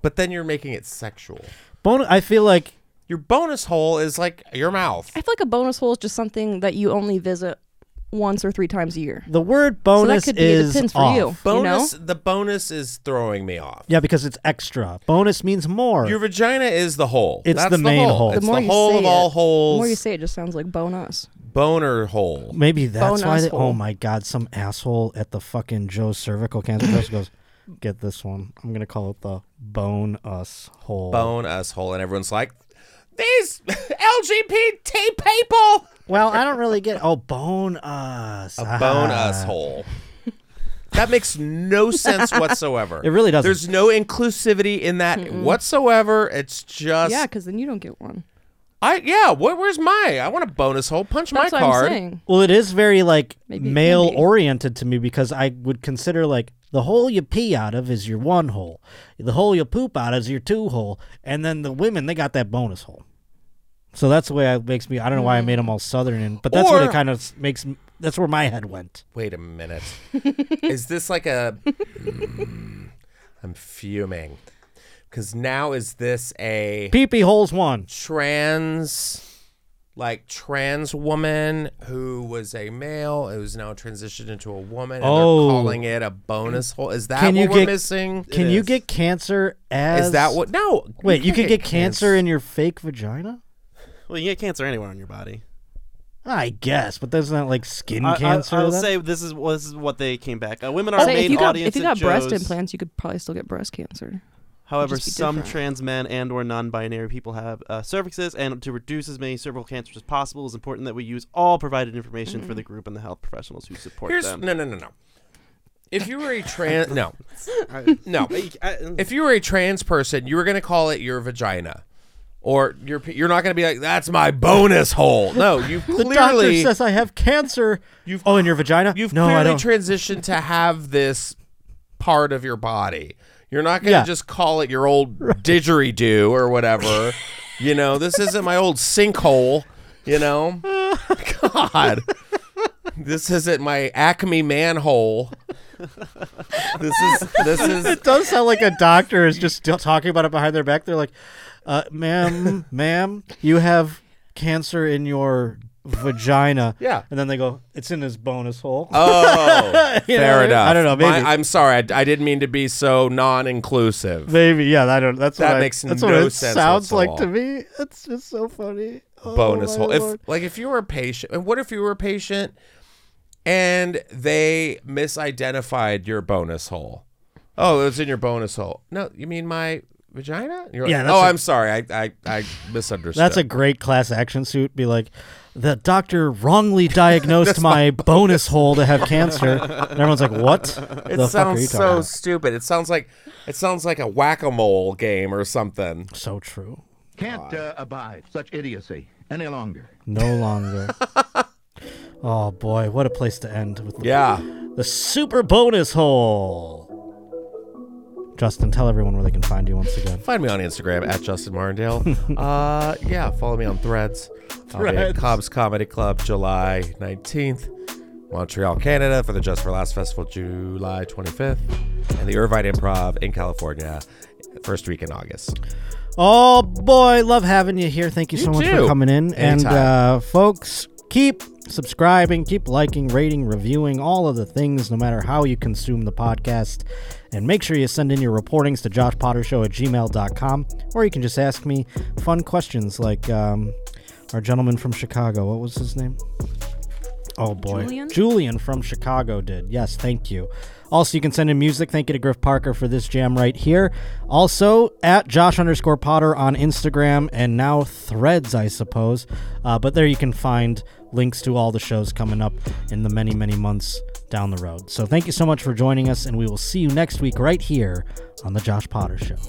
S2: but then you're making it sexual.
S1: Bon- I feel like
S2: Your bonus hole is like your mouth.
S3: I feel like a bonus hole is just something that you only visit once or three times a year.
S1: the word bonus
S3: could be the
S1: is
S3: pins for
S1: off.
S3: you.
S2: Bonus. The bonus is throwing me off.
S1: Yeah, because it's extra. Bonus means more.
S2: Your vagina is the hole.
S1: It's
S2: That's
S1: the main
S2: hole.
S1: hole.
S2: It's
S1: The
S2: the, hole of
S3: it,
S2: all
S3: The
S2: holes.
S3: more you say it, just sounds like bonus.
S2: boner hole.
S1: Maybe that's why.
S3: Bonus
S1: They, oh
S3: hole.
S1: my God! Some asshole at the fucking Joe's cervical cancer test goes, "Get this one. I'm gonna call it the bone us hole."
S2: bone us hole, and everyone's like, these LGBT people,
S1: Well, I don't really get. Oh, bone us. Ah.
S2: a bone us hole. That makes no sense whatsoever.
S1: It really doesn't.
S2: There's no inclusivity in that whatsoever. It's just,
S3: Yeah, because then you don't get one.
S2: I yeah. Where, where's my? I want a bonus hole. Punch
S3: That's
S2: my
S3: what
S2: card.
S3: I'm saying.
S1: Well, it is very like
S3: Maybe it can
S1: male
S3: be.
S1: oriented to me because I would consider like the hole you pee out of is your one hole, the hole you poop out of is your two hole, and then the women they got that bonus hole. So that's the way it makes me. I don't know why I made them all southern, and but that's what
S2: Or-
S1: it kind of s- makes. m- That's where my head went.
S2: Wait a minute. is this like a? Mm, I'm fuming, because now is this a?
S1: Pee pee holes one.
S2: trans like trans woman who was a male who's now transitioned into a woman and
S1: Oh.
S2: they're calling it a bonus hole is that
S1: Can
S2: what
S1: you
S2: we're
S1: get-
S2: missing
S1: Can you get cancer as?
S2: is that what no
S1: Wait, you could
S2: can't
S1: get cancer
S2: canc-
S1: in your fake vagina.
S7: Well, you get cancer anywhere on your body.
S1: I guess, but that's not like skin
S7: I,
S1: cancer.
S7: I, I'll
S1: that-
S7: say this is well, this is what they came back. Uh, women are
S3: Say
S7: main
S3: if you got
S7: audience
S3: if you
S7: at
S3: got breast
S7: Joe's.
S3: implants, you could probably still get breast cancer.
S7: However,
S3: Just be
S7: some
S3: different.
S7: trans men and or non-binary people have uh, cervixes, and to reduce as many cervical cancers as possible, it's important that we use all provided information
S3: Mm-hmm.
S7: for the group and the health professionals who support
S2: here's
S7: them.
S2: no no no no if you were a trans no no
S7: I-
S2: if you were a trans person you were going to call it your vagina or your pe- you're not going to be like that's my bonus hole no you
S1: the
S2: clearly
S1: doctor says I have cancer.
S2: You've-
S1: oh, in your vagina?
S2: You've
S1: no, I
S2: clearly
S1: don't.
S2: transitioned to have this part of your body. You're not going to
S1: Yeah.
S2: just call it your old didgeridoo or whatever. you know, this isn't my old sinkhole. You know, God, this isn't my Acme manhole. This is this is
S1: it does sound like a doctor is just still talking about it behind their back. They're like, uh, ma'am, ma'am, you have cancer in your vagina.
S2: Yeah.
S1: And then they go, it's in his bonus hole.
S2: oh
S1: You know what I
S2: fair
S1: mean?
S2: enough.
S1: I don't know. Maybe.
S2: My- I'm sorry. I, I didn't mean to be so non-inclusive.
S1: Maybe yeah, I don't. That's
S2: That
S1: what I-
S2: makes
S1: that's
S2: no
S1: what it
S2: sense
S1: sounds like to
S2: whatsoever.
S1: me. It's just so funny. Oh,
S2: bonus
S1: my
S2: hole. If
S1: Lord.
S2: like if you were a patient, and what if you were a patient and they misidentified your bonus hole? Oh, it was in your bonus hole. No, you mean my vagina? And You're
S1: Yeah,
S2: Like,
S1: that's
S2: oh,
S1: a-
S2: i I'm sorry. I I, I misunderstood.
S1: That's a great class action suit. Be like, the doctor wrongly diagnosed my bonus hole to have cancer. And everyone's like, what?
S2: It
S1: the fuck are you talking
S2: sounds so
S1: about?
S2: stupid. It sounds like it sounds like a whack a mole game or something.
S1: So true.
S5: Can't uh, abide such idiocy any longer.
S1: No longer. oh boy, what a place to end with the,
S2: Yeah.
S1: the super bonus hole. Justin, tell everyone where they can find you once again.
S2: Find me on Instagram at Justin Martindale. uh, yeah, follow me on Threads. I'll be at
S1: Threads.
S2: Cobb's Comedy Club July 19th, Montreal, Canada for the Just for Last Festival July 25th, and the Irvine Improv in California first week in August.
S1: Oh boy, love having you here. Thank you, so much for
S2: too.
S1: coming in. And
S2: Anytime.
S1: uh, folks, keep subscribing, keep liking, rating, reviewing, all of the things, no matter how you consume the podcast. And make sure you send in your reportings to joshpottershow at gmail.com, or you can just ask me fun questions like um, our gentleman from Chicago. What was his name? Oh boy.
S3: Julian?
S1: Julian from Chicago did. Yes, thank you. Also, you can send in music. Thank you to Griff Parker for this jam right here. Also, at Josh underscore Potter on Instagram and now Threads, I suppose. Uh, but there you can find links to all the shows coming up in the many, many months down the road. So thank you so much for joining us, and we will see you next week right here on The Josh Potter Show.